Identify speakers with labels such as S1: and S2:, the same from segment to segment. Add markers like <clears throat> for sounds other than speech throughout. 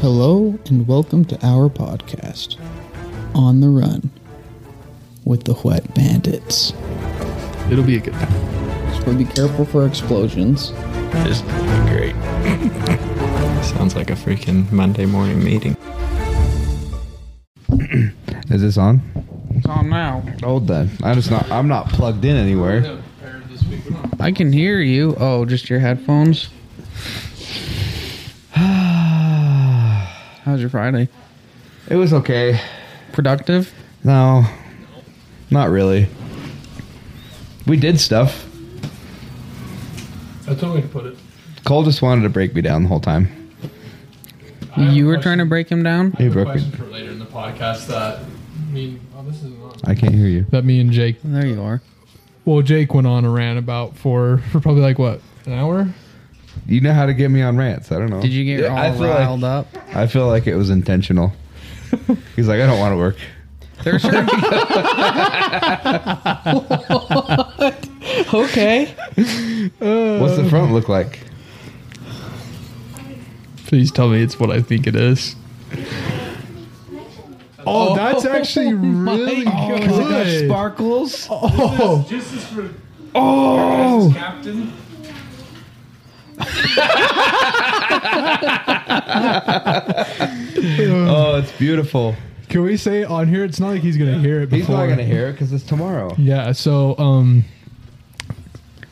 S1: Hello and welcome to our podcast, On the Run with the Wet Bandits.
S2: It'll be a good time.
S1: So be careful for explosions.
S2: This will be great.
S3: Sounds like a freaking Monday morning meeting.
S4: Is this on?
S5: It's on now.
S4: Old then. I just not. I'm not plugged in anywhere. <sighs>
S5: I can hear you. Oh, just your headphones. How's your Friday?
S4: It was okay.
S5: Productive?
S4: No, not really. We did stuff.
S2: That's one way to put it.
S4: Cole just wanted to break me down the whole time.
S2: I have a
S5: You were
S2: question-
S5: trying to break him down?
S2: I have
S4: Hey,
S2: a
S4: Brooke.
S2: question for later in the podcast that me. Oh, this isn't on.
S4: I can't hear you.
S2: That me and Jake.
S5: There you are.
S2: Well, Jake went on a rant about for for probably like what an hour.
S4: You know how to get me on rants. I don't know.
S5: Did you get
S4: Yeah, I
S5: all
S4: feel like-
S5: riled up?
S4: I feel like it was intentional. He's like, I don't want to work.
S5: There's
S1: Okay.
S4: What's the front look like?
S2: Please tell me it's what I think it is.
S4: Oh, that's
S2: <laughs>
S4: actually really
S2: good.
S4: Sparkles.
S2: Oh,
S6: This is for
S4: Oh,
S6: Captain.
S4: oh, it's beautiful.
S2: can we say it on here? It's not like he's gonna hear it. Before.
S4: He's not gonna hear it because it's tomorrow.
S2: Yeah. So, um,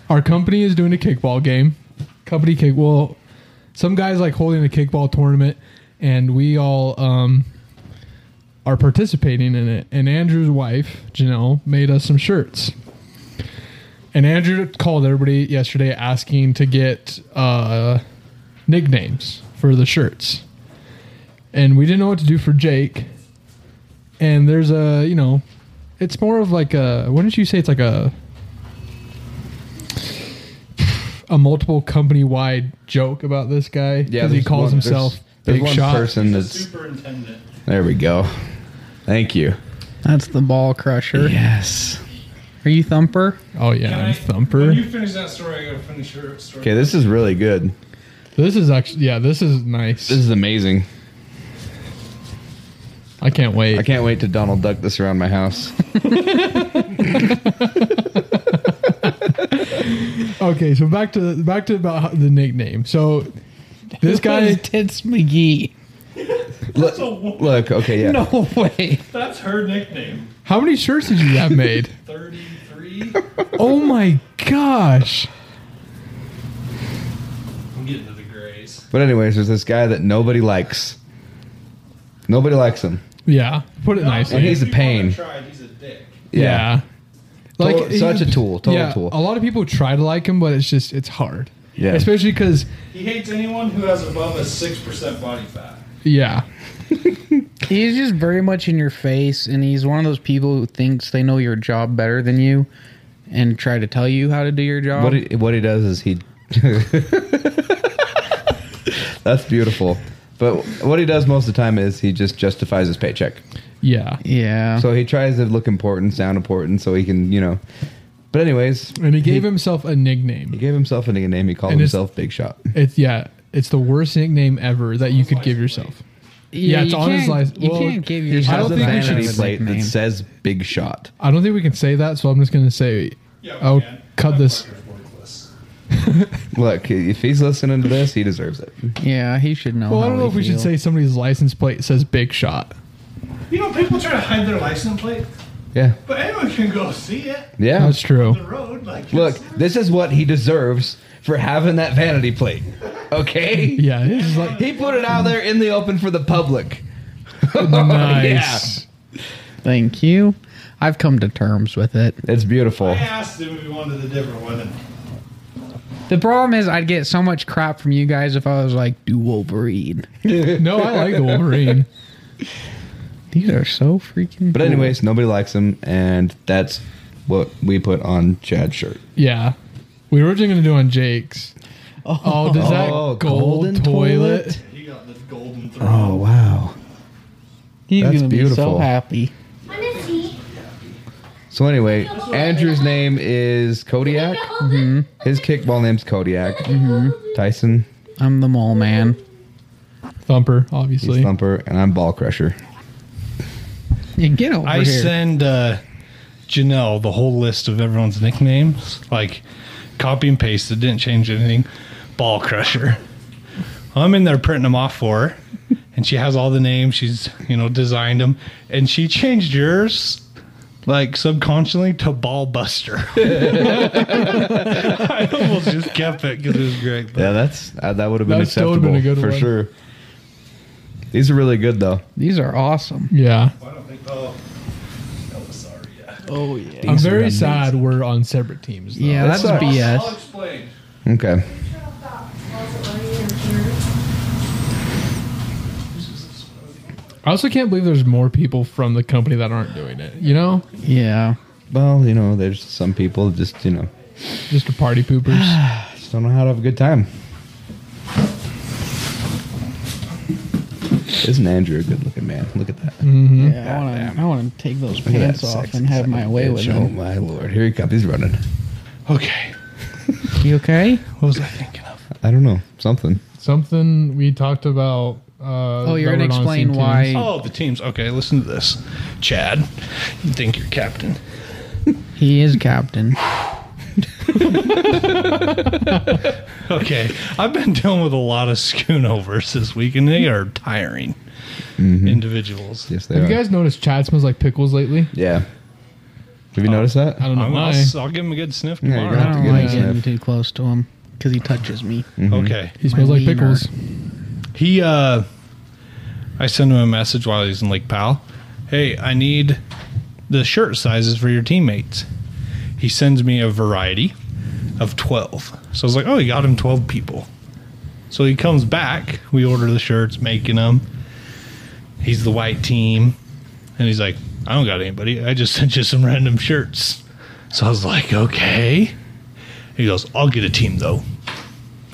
S2: our company is doing a kickball game. Company kick. Well, some guys like holding a kickball tournament, and we all um are participating in it. And Andrew's wife Janelle made us some shirts. And Andrew called everybody yesterday asking to get uh, nicknames for the shirts. And we didn't know what to do for Jake. And there's a, you know, it's more of like a what did you say it's like a a multiple company wide joke about this guy because he
S4: there's
S2: calls
S4: one-
S2: himself
S4: There's,
S2: big
S4: there's one
S2: shot
S4: person that's
S6: Superintendent.
S4: There we go. Thank you.
S5: That's the ball crusher.
S4: Yes.
S5: Are you thumper?
S2: oh yeah
S6: Can
S2: I'm
S6: I-
S2: thumper
S6: When you finish that story, I gotta finish your story.
S4: Okay, this is really good.
S2: this is actually yeah this is nice
S4: This is amazing.
S2: I can't wait
S4: I can't wait to Donald Duck this around my house.
S2: okay so back to back to about how- the nickname so this
S5: That is
S2: guy
S5: Tits McGee.
S4: look, look, okay, yeah.
S5: No way.
S6: Oh, That's her nickname.
S2: how many shirts did you have made
S4: <laughs>
S6: 33.
S2: <laughs> oh my gosh
S6: I'm getting to the grays.
S4: But anyways, there's this guy that nobody likes. Nobody likes him.
S2: yeah put it nicely
S4: And he's a
S6: If you wanna
S4: pain.
S6: Try, he's a dick.
S2: yeah,
S4: Total- such a tool, total
S2: yeah,
S4: tool.
S2: a lot of people try to like him but it's just it's hard
S4: Yeah.
S2: especially because
S6: He hates anyone who has above a 6% body fat.
S2: yeah
S5: He's just very much in your face, and he's one of those people who thinks they know your job better than you and try to tell you how to do your job.
S4: What he, what he does is he. <laughs> That's beautiful. But what he does most of the time is he just justifies his paycheck.
S2: yeah
S5: yeah.
S4: So he tries to look important, sound important, so he can, you know. But anyways,
S2: and he gave himself a nickname
S4: he gave himself a name. He called
S2: And it's-
S4: himself Big Shot.
S2: It's yeah. It's the worst nickname ever that you could give yourself. Yeah, it's
S5: you
S2: on his
S5: can't-
S2: license.
S5: You
S2: Well,
S5: can't give
S2: he
S5: yourself
S2: I don't
S4: has a
S2: think we should
S4: vanity
S2: say
S4: plate
S5: nickname.
S4: that says Big Shot.
S2: I don't think we can say that, so I'm just gonna say
S6: Yeah,
S4: Oh,
S2: I'll
S6: man.
S2: cut this.
S6: Fucker's worthless.
S4: Look, if he's listening to this, he deserves it.
S5: Yeah, he should know.
S2: Well, I
S5: how
S2: don't know if we should
S5: feel.
S2: say somebody's license plate says Big Shot.
S6: You know, people try to hide their license plate,
S4: Yeah.
S6: but anyone can go see it
S4: Yeah.
S2: That's true.
S6: on the road. Like,
S4: Look,
S6: it's-
S4: this is what he deserves for having that vanity plate. Okay?
S2: Yeah, this is like
S4: <laughs> He put it out there in the open for the public. Oh,
S2: nice.
S5: Thank you. I've come to terms with it.
S4: It's beautiful.
S6: I asked him if he wanted a different one. and
S5: The problem is, I'd get so much crap from you guys if I was like, "Do Wolverine."
S2: No, I like the
S5: <laughs>
S2: Wolverine.
S5: These are so freaking.
S4: But anyways, nobody likes him, and that's what we put on Chad's shirt.
S2: Yeah, we were originally gonna do on Jake's. Oh, does that
S4: Oh,
S2: gold
S4: golden
S2: toilet?
S4: toilet? Oh,
S6: He got the golden throne.
S4: wow.
S5: he's
S4: that's
S5: gonna be so
S4: beautiful.
S5: happy.
S7: Want to see?
S4: So anyway, Andrew's name is Kodiak.
S7: Mm-hmm.
S2: Mm-hmm.
S4: His kickball name's Kodiak. Tyson.
S5: I'm the mole man.
S2: Thumper,
S4: He's
S2: obviously.
S4: Thumper, and I'm Ball Crusher.
S5: Yeah, get over here.
S6: I send uh, Janelle the whole list of everyone's nicknames, like copy and paste. It didn't change anything. Ball crusher. I'm in there printing them off for her, and she has all the names. She's you know designed them, and she changed yours. Like subconsciously to ball buster. <laughs> I almost just kept it because it was great. But
S4: Yeah, that's uh, that would have been
S2: That still
S4: acceptable
S2: would've been a good
S4: for
S2: one.
S4: sure. These are really good though.
S5: These are awesome.
S2: Yeah.
S6: I don't think. Oh, that was sorry. Yeah.
S5: Oh yeah.
S2: I'm very sad we're on separate teams. Though.
S5: Yeah,
S4: That
S5: that's
S4: sucks.
S6: I'll
S5: BS.
S6: explain.
S4: Okay,
S2: I also can't believe there's more people from the company that aren't doing it. You know,
S5: Yeah.
S4: well you know there's some people just you know
S2: just the party poopers.
S4: just don't know how to have a good time. Isn't Andrew a good looking man? Look at that.
S2: Mm-hmm.
S5: Yeah. I want to. I want to take those
S4: Look at that
S5: pants off
S4: sexy
S5: and have
S4: son
S5: my
S4: of a
S5: way
S4: bitch.
S5: with
S4: Oh
S5: them.
S4: my lord! Here he comes. He's running.
S6: Okay,
S5: You okay?
S6: what was I thinking of?
S4: I don't know something.
S2: Something we talked about. Uh,
S5: Oh, you're
S2: that
S5: gonna
S2: we're not on
S5: explain
S2: teams.
S5: why-
S6: Oh, the teams. Okay, listen to this. Chad, you think you're captain.
S5: He is captain.
S6: Okay, I've been dealing with a lot of schoonovers this week, and they are tiring individuals.
S4: Yes, they
S2: Have
S4: are.
S2: you guys noticed Chad smells like pickles lately?
S4: yeah. Have you noticed that?
S2: Oh, I don't know
S6: I'm
S2: why.
S6: gonna, I'll, will give him a good sniff
S4: Yeah, you're
S6: tomorrow.
S4: gonna
S5: I
S4: have to
S5: don't
S4: get Mm.
S5: like
S4: a
S5: getting
S4: sniff.
S5: too close to him because he touches me.
S6: Okay,
S2: He smells
S5: My
S2: like
S5: wiener.
S2: pickles.
S6: he. uh I sent him a message while he's in Lake Powell. Hey, I need the shirt sizes for your teammates. He sends me a variety of twelve. So I was like, oh, he got him twelve people. So he comes back. We order the shirts, making them. He's the white team. And he's like, I don't got anybody. I just <laughs> sent you some random shirts. So I was like, okay. He goes, I'll get a team though.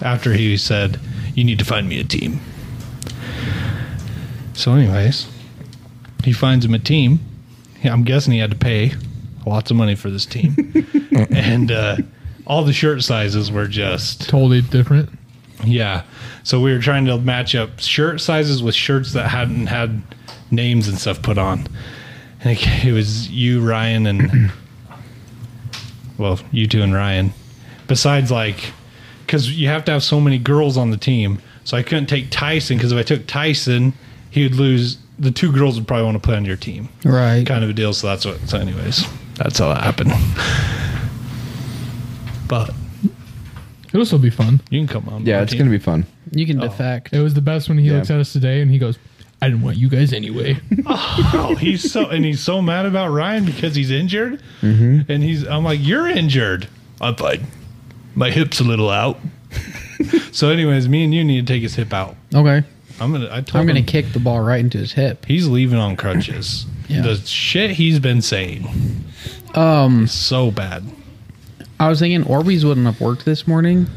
S6: After he said, you need to find me a team. So, anyways, he finds him a team. Yeah, I'm guessing he had to pay lots of money for this team. and uh, all the shirt sizes were just
S2: Totally different.
S6: yeah. So we were trying to match up shirt sizes with shirts that hadn't had names and stuff put on. And it, it was you, Ryan, and <clears throat> well, you two and Ryan. Besides, like, because you have to have so many girls on the team. So I couldn't take Tyson because if I took Tyson, he would lose. The two girls would probably want to play on your team,
S5: Right.
S6: kind of a deal. So that's what. So, anyways, that's how that happened. But
S2: It'll still be fun.
S6: you can come on.
S4: Yeah, it's gonna be fun.
S5: You can defect.
S2: It was the best when he
S4: Yeah.
S2: looks at us today and he goes, "I didn't want you guys anyway."
S6: Oh, he's so and he's so mad about Ryan because he's injured, and he's I'm like, you're injured. I'm fine. My hip's a little out. so, anyways, me and you need to take his hip out.
S5: Okay.
S6: I'm gonna. I told
S5: I'm gonna
S6: him
S5: kick the ball right into his hip.
S6: he's leaving on crutches.
S5: Yeah.
S6: The shit he's been saying
S5: Um,
S6: so bad.
S5: I was thinking Orbeez wouldn't have worked this morning.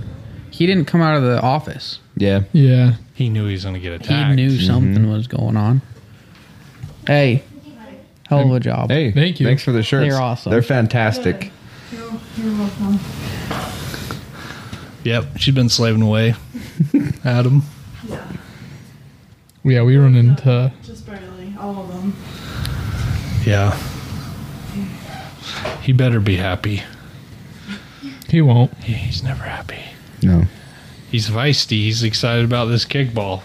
S5: He didn't come out of the office.
S4: Yeah.
S2: yeah,
S6: He knew he was gonna get
S5: He
S6: attacked.
S5: knew
S4: Mm-hmm.
S5: something was going on. Hey, hell of a job. <laughs>
S4: Hey,
S2: Thank you.
S4: Thanks for the shirts.
S5: They're awesome.
S4: They're fantastic.
S6: Yep, she's been slaving away
S5: <laughs>
S6: at him.
S7: Yeah,
S2: yeah. We run into
S7: just barely. All of them.
S6: Yeah. He better be happy.
S2: he won't.
S6: He- He's never happy.
S4: No.
S6: He's feisty. He's excited about this kickball.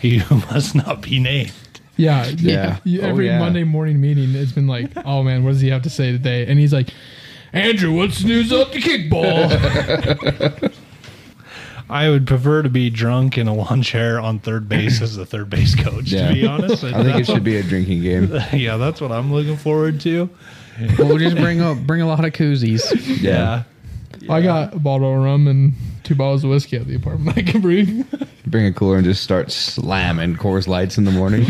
S6: He <laughs> must not be named.
S2: Yeah,
S4: Yeah.
S2: You-
S4: Oh,
S2: Every
S4: yeah.
S2: Monday morning meeting, it's been like, "Oh man, what does he have to say today?" And he's like, "Andrew, what's news up the kickball?"
S6: I would prefer to be drunk in a lawn chair on third base as the third base coach,
S4: Yeah.
S6: to be honest.
S4: I think it should be a drinking game.
S6: <laughs> Yeah, that's what I'm looking forward to.
S5: We'll just bring up bring a lot of koozies.
S4: Yeah.
S2: I got a bottle of rum and two bottles of whiskey at the apartment I can bring.
S4: Bring a cooler and just start slamming Coors Lights in the morning.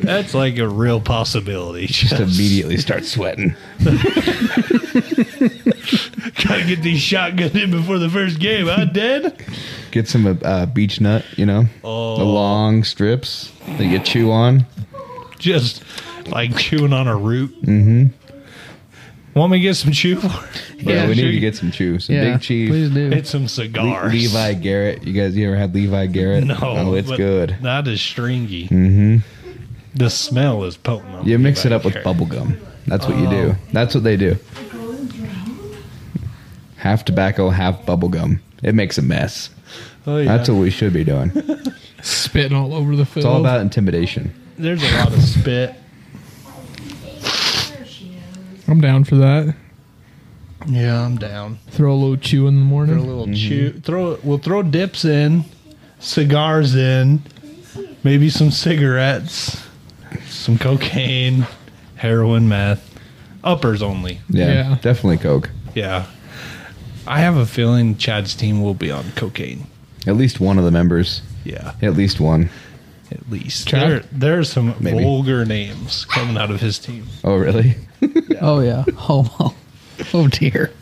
S6: That's like a real possibility.
S4: Just immediately start sweating.
S6: <laughs> Gotta get these shotgun in before the first game, huh, Dad?
S4: Get some uh, beach nut, you know, the long strips that you chew on.
S6: Just like chewing on a root. Mm-hmm. Want me to get some chew for?
S4: Yeah, we need to get some chew. Some
S5: <laughs> Yeah,
S4: Big Chief,
S5: Please do.
S6: Hit some
S4: Le-
S6: cigars.
S4: Levi Garrett. You guys, you ever had Levi Garrett?
S6: No,
S4: oh, it's
S6: but
S4: good.
S6: That is stringy. Mm-hmm. The smell is potent. on
S4: You mix it
S6: Levi
S4: up with
S6: Garrett.
S4: bubble gum. That's what you do. That's what they do. Half tobacco, half bubble gum. It makes a mess.
S6: Oh, yeah.
S4: That's what we should be doing. It's
S2: spitting all over the field.
S4: all about intimidation.
S6: There's a lot of spit.
S2: I'm down for that.
S6: Yeah, I'm down.
S2: Throw a little chew in the
S6: Throw a
S2: morning.
S4: Mm-hmm.
S6: little chew. Throw we'll throw dips in, cigars in, maybe some cigarettes, some cocaine, heroin, meth, uppers only.
S4: Yeah,
S2: Yeah.
S4: definitely Coke.
S6: Yeah, I have a feeling Chad's team will be on cocaine.
S4: At least one of the members.
S6: Yeah,
S4: At least one.
S6: at least
S2: Chad?
S6: there there are some
S4: Maybe.
S6: vulgar names coming out of his team.
S4: Oh, really?
S5: Oh yeah. Oh, oh. <laughs> oh dear.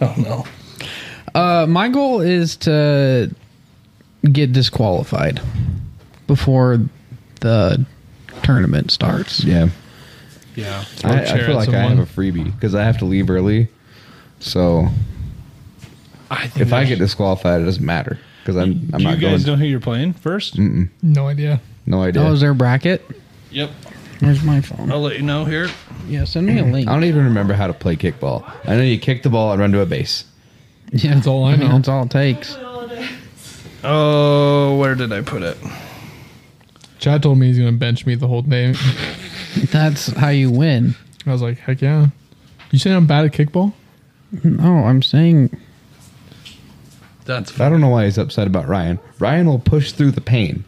S6: Oh no.
S5: Uh, my goal is to get disqualified before the tournament starts.
S4: Yeah.
S6: Yeah,
S4: I,
S6: Throw chair
S4: I feel
S6: at
S4: like I
S6: someone.
S4: have a freebie because I have to leave early. So
S6: I think
S4: if I
S6: there's-
S4: get disqualified, it doesn't matter because I'm, I'm
S6: Do
S4: not
S6: you guys
S4: going. Mm.
S6: know who you're playing 1st
S2: No idea.
S4: No idea.
S5: Oh, is there a bracket?
S6: Yep.
S5: Where's my phone?
S6: I'll let you know here.
S5: Yeah, send me a link.
S4: I don't even remember how to play kickball. I know you kick the ball and run to a base.
S5: Yeah,
S2: That's all I
S5: mean,
S2: know.
S5: <laughs> That's all it takes.
S6: Oh, where did I put it?
S2: Chad told me he's gonna bench me the whole day.
S5: That's how you win.
S2: I was like, heck yeah. You saying I'm bad at kickball?
S5: No, I'm saying
S6: That's
S4: I don't know why he's upset about Ryan. Ryan will push through the pain.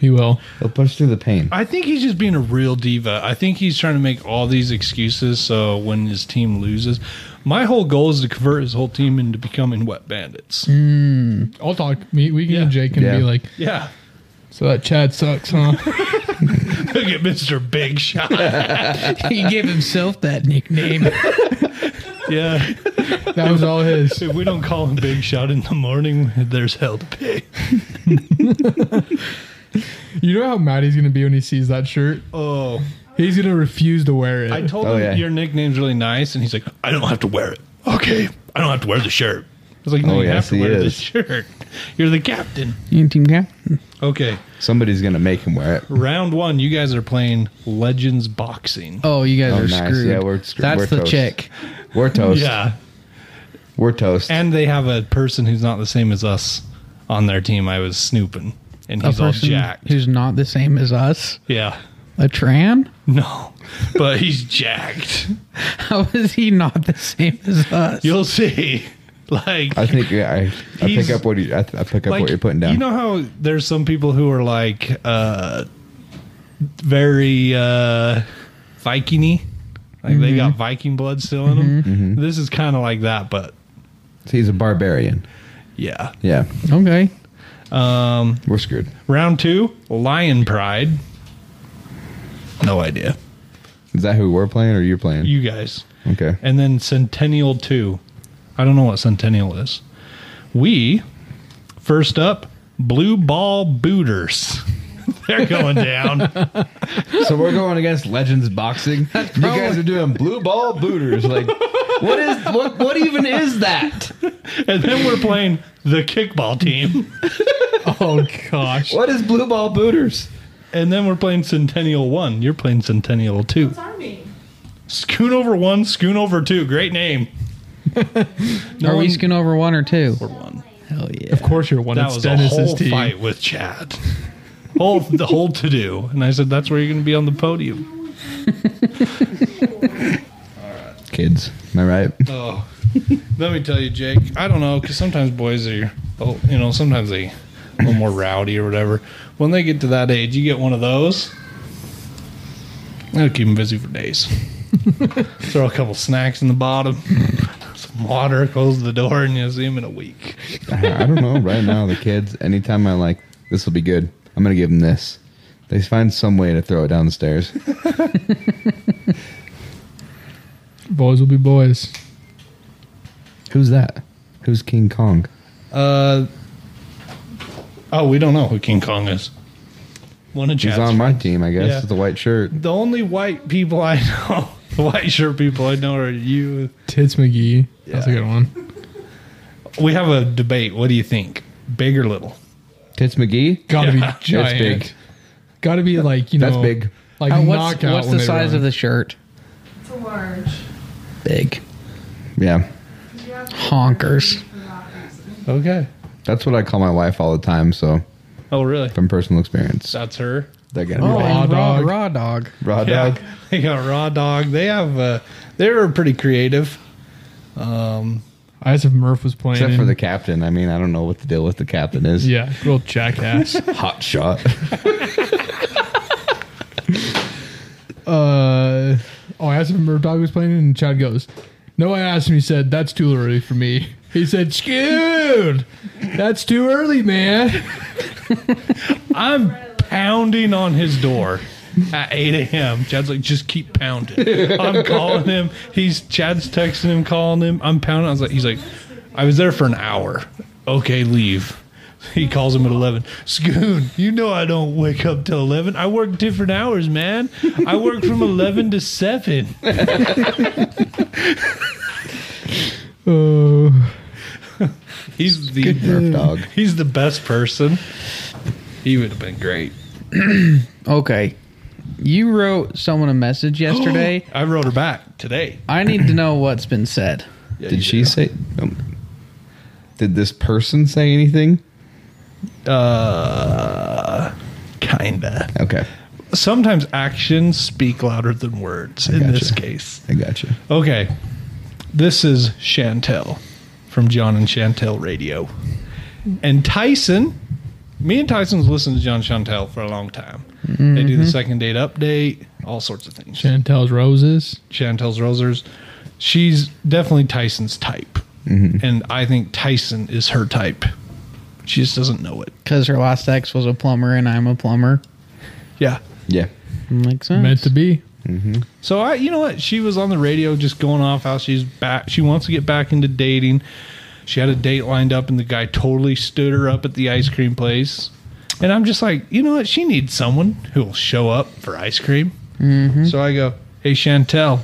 S2: He will.
S4: He'll push through the pain.
S6: I think he's just being a real diva. I think he's trying to make all these excuses so when his team loses, my whole goal is to convert his whole team into becoming wet bandits.
S4: Mm.
S2: I'll talk. Me, we can
S6: Yeah.
S2: Jake and
S4: Yeah.
S2: be like,
S6: Yeah. <laughs>
S2: so that Chad sucks, huh?
S6: Look at Mr.
S4: <laughs>
S6: Big Shot.
S5: he gave himself that nickname.
S6: Yeah.
S2: that was
S4: <laughs>
S2: all his.
S6: If we don't call him Big Shot in the morning, there's hell to pay.
S2: You know how mad he's gonna be when he sees that shirt?
S6: Oh.
S2: He's gonna refuse to wear it.
S6: I
S4: <laughs>
S6: told
S4: Oh,
S6: him
S4: yeah.
S6: your nickname's really nice, and he's like, I don't have to wear it. Okay. I don't have to wear the shirt. I was like, no,
S4: Oh,
S6: you
S4: yes,
S6: have to
S4: he
S6: wear the
S4: is.
S6: shirt. <laughs> You're the captain.
S5: <laughs> you team cap?
S6: Okay.
S4: Somebody's gonna make him wear it.
S6: Round one, you guys are playing Legends Boxing.
S5: Oh, you guys
S4: Oh,
S5: are
S4: nice.
S5: screwed.
S4: Yeah, we're screwed.
S5: That's
S4: We're
S5: the
S4: toast.
S5: chick.
S4: We're toast.
S6: Yeah.
S4: We're toast.
S6: And they have a person who's not the same as us on their team. I was snooping, and
S5: A
S6: he's all
S5: person
S6: jacked.
S5: who's not the same as us.
S6: yeah. <laughs>
S5: A tran? <laughs>
S6: No, but he's jacked.
S5: How is he not the same as us?
S6: You'll see. <laughs> Like,
S4: I think yeah, I, I
S6: He's-
S4: pick up what you I, th- I pick up
S6: like
S4: what you're putting down.
S6: You know how there's some people who are like uh, very uh, Vikingy, like they
S4: Mm-hmm.
S6: got Viking blood still in them. This is kind of like that, but
S4: He's a barbarian.
S6: yeah.
S4: Yeah,
S5: Okay.
S4: we're screwed.
S6: Round two, Lion Pride. No idea.
S4: Is that who we're playing or you're playing?
S6: You guys.
S4: okay.
S6: And then Centennial 2. I don't know what Centennial is. We, first up, Blue Ball Booters. <laughs> They're going down.
S4: so we're going against Legends
S6: <laughs>
S4: Boxing. you guys are doing blue ball booters. Like, what is what? What even is that?
S6: and then we're playing the kickball team.
S2: <laughs> oh gosh.
S4: What is blue ball booters?
S6: And then we're playing Centennial 1. You're playing Centennial 2.
S7: What's our name?
S6: Scoon over 1, Scoon over 2. Great name. No
S5: Are we
S6: one-
S5: skin over one or two?
S6: Over 1.
S5: Hell yeah.
S2: Of course you're one.
S6: That
S2: it's
S6: was a
S2: Dennis's
S6: whole
S2: team.
S6: fight with Chad. Whole the whole to do, and I said, "That's where you're going to be on the podium."
S4: Kids, am I
S6: <laughs>
S4: right?
S6: Oh, let me tell you, Jake. I don't know because sometimes boys are, oh, you know, sometimes they a little more rowdy or whatever. When they get to that age, you get one of those. That'll keep them busy for days. <laughs> Throw a couple snacks in the bottom, <laughs> some water, close the door, and you'll see them in a week.
S4: I I don't know. Right now, the kids, anytime I like, this will be good. I'm gonna give them this. They find some way to throw it down the stairs. <laughs>
S2: Boys will be boys.
S4: Who's that? Who's King Kong?
S6: Uh, oh, we don't know who King Kong is. One of
S4: He's
S6: Chad's
S4: on my team, I guess.
S6: Yeah.
S4: With the white shirt.
S6: the only white people I <laughs> know The white shirt people I know are you.
S2: Tits McGee. That's a good one.
S6: We have a debate. What do you think? Big or little?
S4: Tits McGee.
S2: Gotta
S6: Yeah.
S2: be giant.
S4: big.
S2: Gotta be like you know.
S4: That's big.
S2: Like
S5: Uh, what's
S2: knockout.
S5: what's
S2: when
S5: the
S2: they
S5: size
S2: run.
S5: of the shirt?
S7: It's a large.
S5: Big.
S4: Yeah,
S7: You have to
S5: Honkers.
S7: for that reason.
S6: Okay.
S4: that's what I call my wife all the time. So
S6: Oh, really?
S4: from personal experience,
S6: That's her.
S4: they're gonna
S5: Oh,
S4: be like,
S5: and raw,
S2: dog.
S5: raw dog.
S4: raw
S6: Yeah.
S4: dog.
S6: <laughs> They got raw dog. They have. Uh, they were pretty creative. Um,
S2: I asked if Murph was playing.
S4: Except for
S2: and-
S4: the captain. I mean, I don't know what the deal with the captain is.
S2: yeah, real jackass.
S4: <laughs> Hot shot.
S2: uh, oh, I asked if Murph Dog was playing, and Chad goes, "No, I asked him." He said, "That's too early for me." <laughs> He said, "Skewed, that's too early, man."
S6: I'm pounding on his door at 8 a.m. Chad's like, just keep pounding. I'm calling him. He's Chad's texting him, calling him. I'm pounding. I was like, he's like, I was there for an hour. Okay, leave. He calls him at 11. Scoon, you know I don't wake up till 11. I work different hours, man. I work from 11 to <laughs> 7.
S2: Oh,
S6: He's the
S4: Murph dog.
S6: he's the best person. He would have been great.
S5: Okay. You wrote someone a message <gasps> yesterday.
S6: <gasps> I wrote her back today.
S5: I need to know what's been said.
S4: did she say? Um, did this person say anything?
S6: Uh, kinda.
S4: Okay,
S6: sometimes actions speak louder than words in
S4: gotcha.
S6: this case.
S4: I got you.
S6: Okay. This is Chantel from John and Chantel Radio. And Tyson, me and Tyson's listened to John Chantel for a long time. They do the second date update, all sorts of things.
S2: Chantel's roses.
S6: Chantel's Rosers. She's definitely Tyson's type. And I think Tyson is her type. She just doesn't know it.
S5: Because her last ex was a plumber and I'm a plumber.
S6: Yeah.
S4: Yeah,
S5: Makes sense.
S2: Meant to be.
S6: So I, you know what? She was on the radio just going off how she's back. She wants to get back into dating. She had a date lined up, and the guy totally stood her up at the ice cream place. And I'm just like, you know what? She needs someone who will show up for ice cream. So I go, hey Chantel,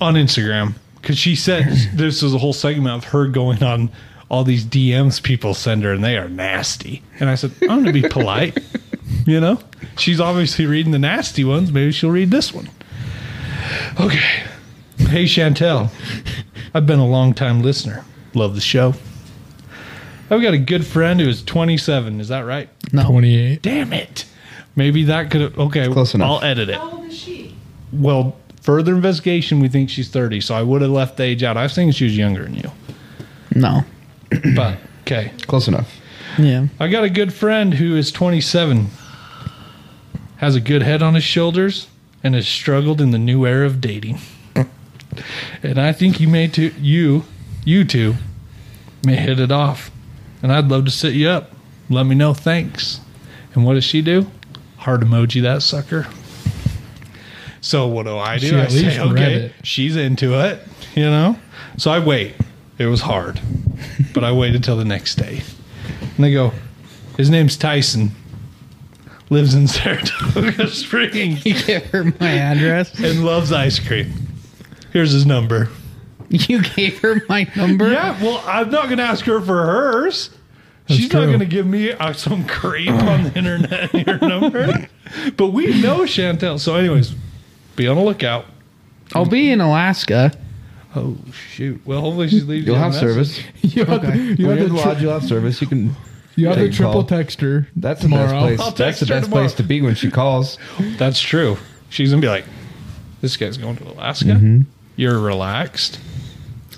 S6: on Instagram, because she said this was a whole segment of her going on all these DMs people send her, and they are nasty. And I said, I'm going to be polite. You know, she's obviously reading the nasty ones. Maybe she'll read this one. Okay. Hey, Chantel. I've been a long time listener. Love the show. I've got a good friend who is 27. Is that right?
S5: no.
S2: Twenty-eight.
S6: Damn it. Maybe that could have. Okay.
S4: Close enough.
S6: I'll edit it.
S7: How old is she?
S6: Well, further investigation, we think she's 30. So I would have left the age out. I was thinking she was younger than you.
S5: No.
S6: But, okay.
S4: close enough.
S5: Yeah.
S6: I got a good friend who is 27, has a good head on his shoulders, and has struggled in the new era of <laughs> dating. and I think you may too, you, you two, may hit it off. And I'd love to set you up. Let me know. Thanks. And what does she do? Heart emoji that sucker. So what do I do?
S2: She
S6: I
S2: at least
S6: say,
S2: read
S6: okay,
S2: it.
S6: she's into it, you know. So I wait. It was <laughs> hard, but I waited till the next day. And they go, his name's Tyson. Lives in Saratoga <laughs>
S5: <laughs>
S6: Springs
S5: You gave her my address.
S6: and loves ice cream. Here's his number.
S5: <laughs> You gave her my number.
S6: Yeah, well, I'm not going to ask her for hers. She's not
S2: true.
S6: going to give me uh, some creep on the internet <laughs> your number. But we know Chantel. So, anyways, be on the lookout.
S5: I'll be in Alaska.
S6: Oh shoot! Well, hopefully she leaves.
S4: You'll
S6: you a
S4: have
S6: message.
S4: service.
S2: <laughs> You have the, you
S4: When
S2: have
S4: you're in
S2: the,
S4: the
S2: tri-
S4: lodge, you'll have service. You can.
S2: you have the
S4: take a call.
S2: triple texter.
S4: That's the
S2: tomorrow.
S4: best place. That's
S6: text
S4: the
S6: her
S4: best place to be when she calls.
S6: That's true. She's gonna be like, "This guy's going to Alaska.
S4: Mm-hmm.
S6: You're relaxed."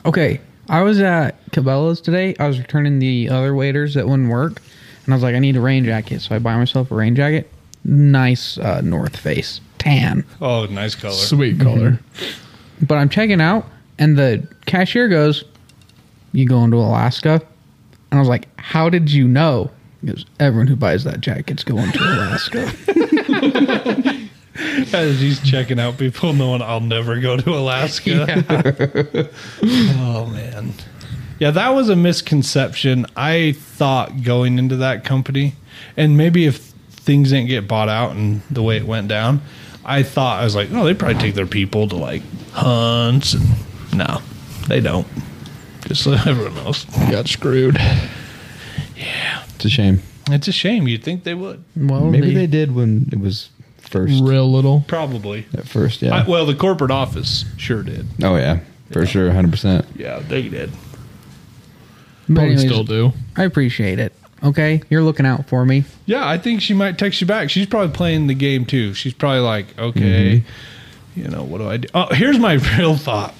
S5: Okay. I was at Cabela's today. I was returning the other waiters that wouldn't work. And I was like, I need a rain jacket. So I buy myself a rain jacket. Nice uh, North Face. Tan.
S6: Oh, nice color.
S2: Sweet color.
S5: But I'm checking out, and the cashier goes, You going to Alaska? And I was like, How did you know? He goes, Everyone who buys that jacket's going to
S2: <laughs>
S5: Alaska.
S6: As he's checking out people, knowing I'll never go to Alaska. Oh man. Yeah, that was a misconception. I thought going into that company, and maybe if things didn't get bought out and the way it went down, I thought I was like, oh, they probably take their people to like hunts. And, no, they don't. Just like everyone else.
S3: Got screwed.
S4: It's a shame.
S6: It's a shame. You'd think they would.
S5: Well,
S4: Maybe they did when it was first.
S2: Real little.
S6: Probably.
S4: At first, yeah.
S6: I, well, the corporate office sure did.
S4: oh yeah, for sure, hundred percent.
S6: Yeah, they did.
S5: but
S2: Probably
S5: anyways,
S2: still do.
S5: I appreciate it. Okay, you're looking out for me.
S6: Yeah, I think she might text you back. She's probably playing the game too. She's probably like, okay,
S5: Mm-hmm.
S6: you know, what do I do? Oh, here's my <laughs> real thought.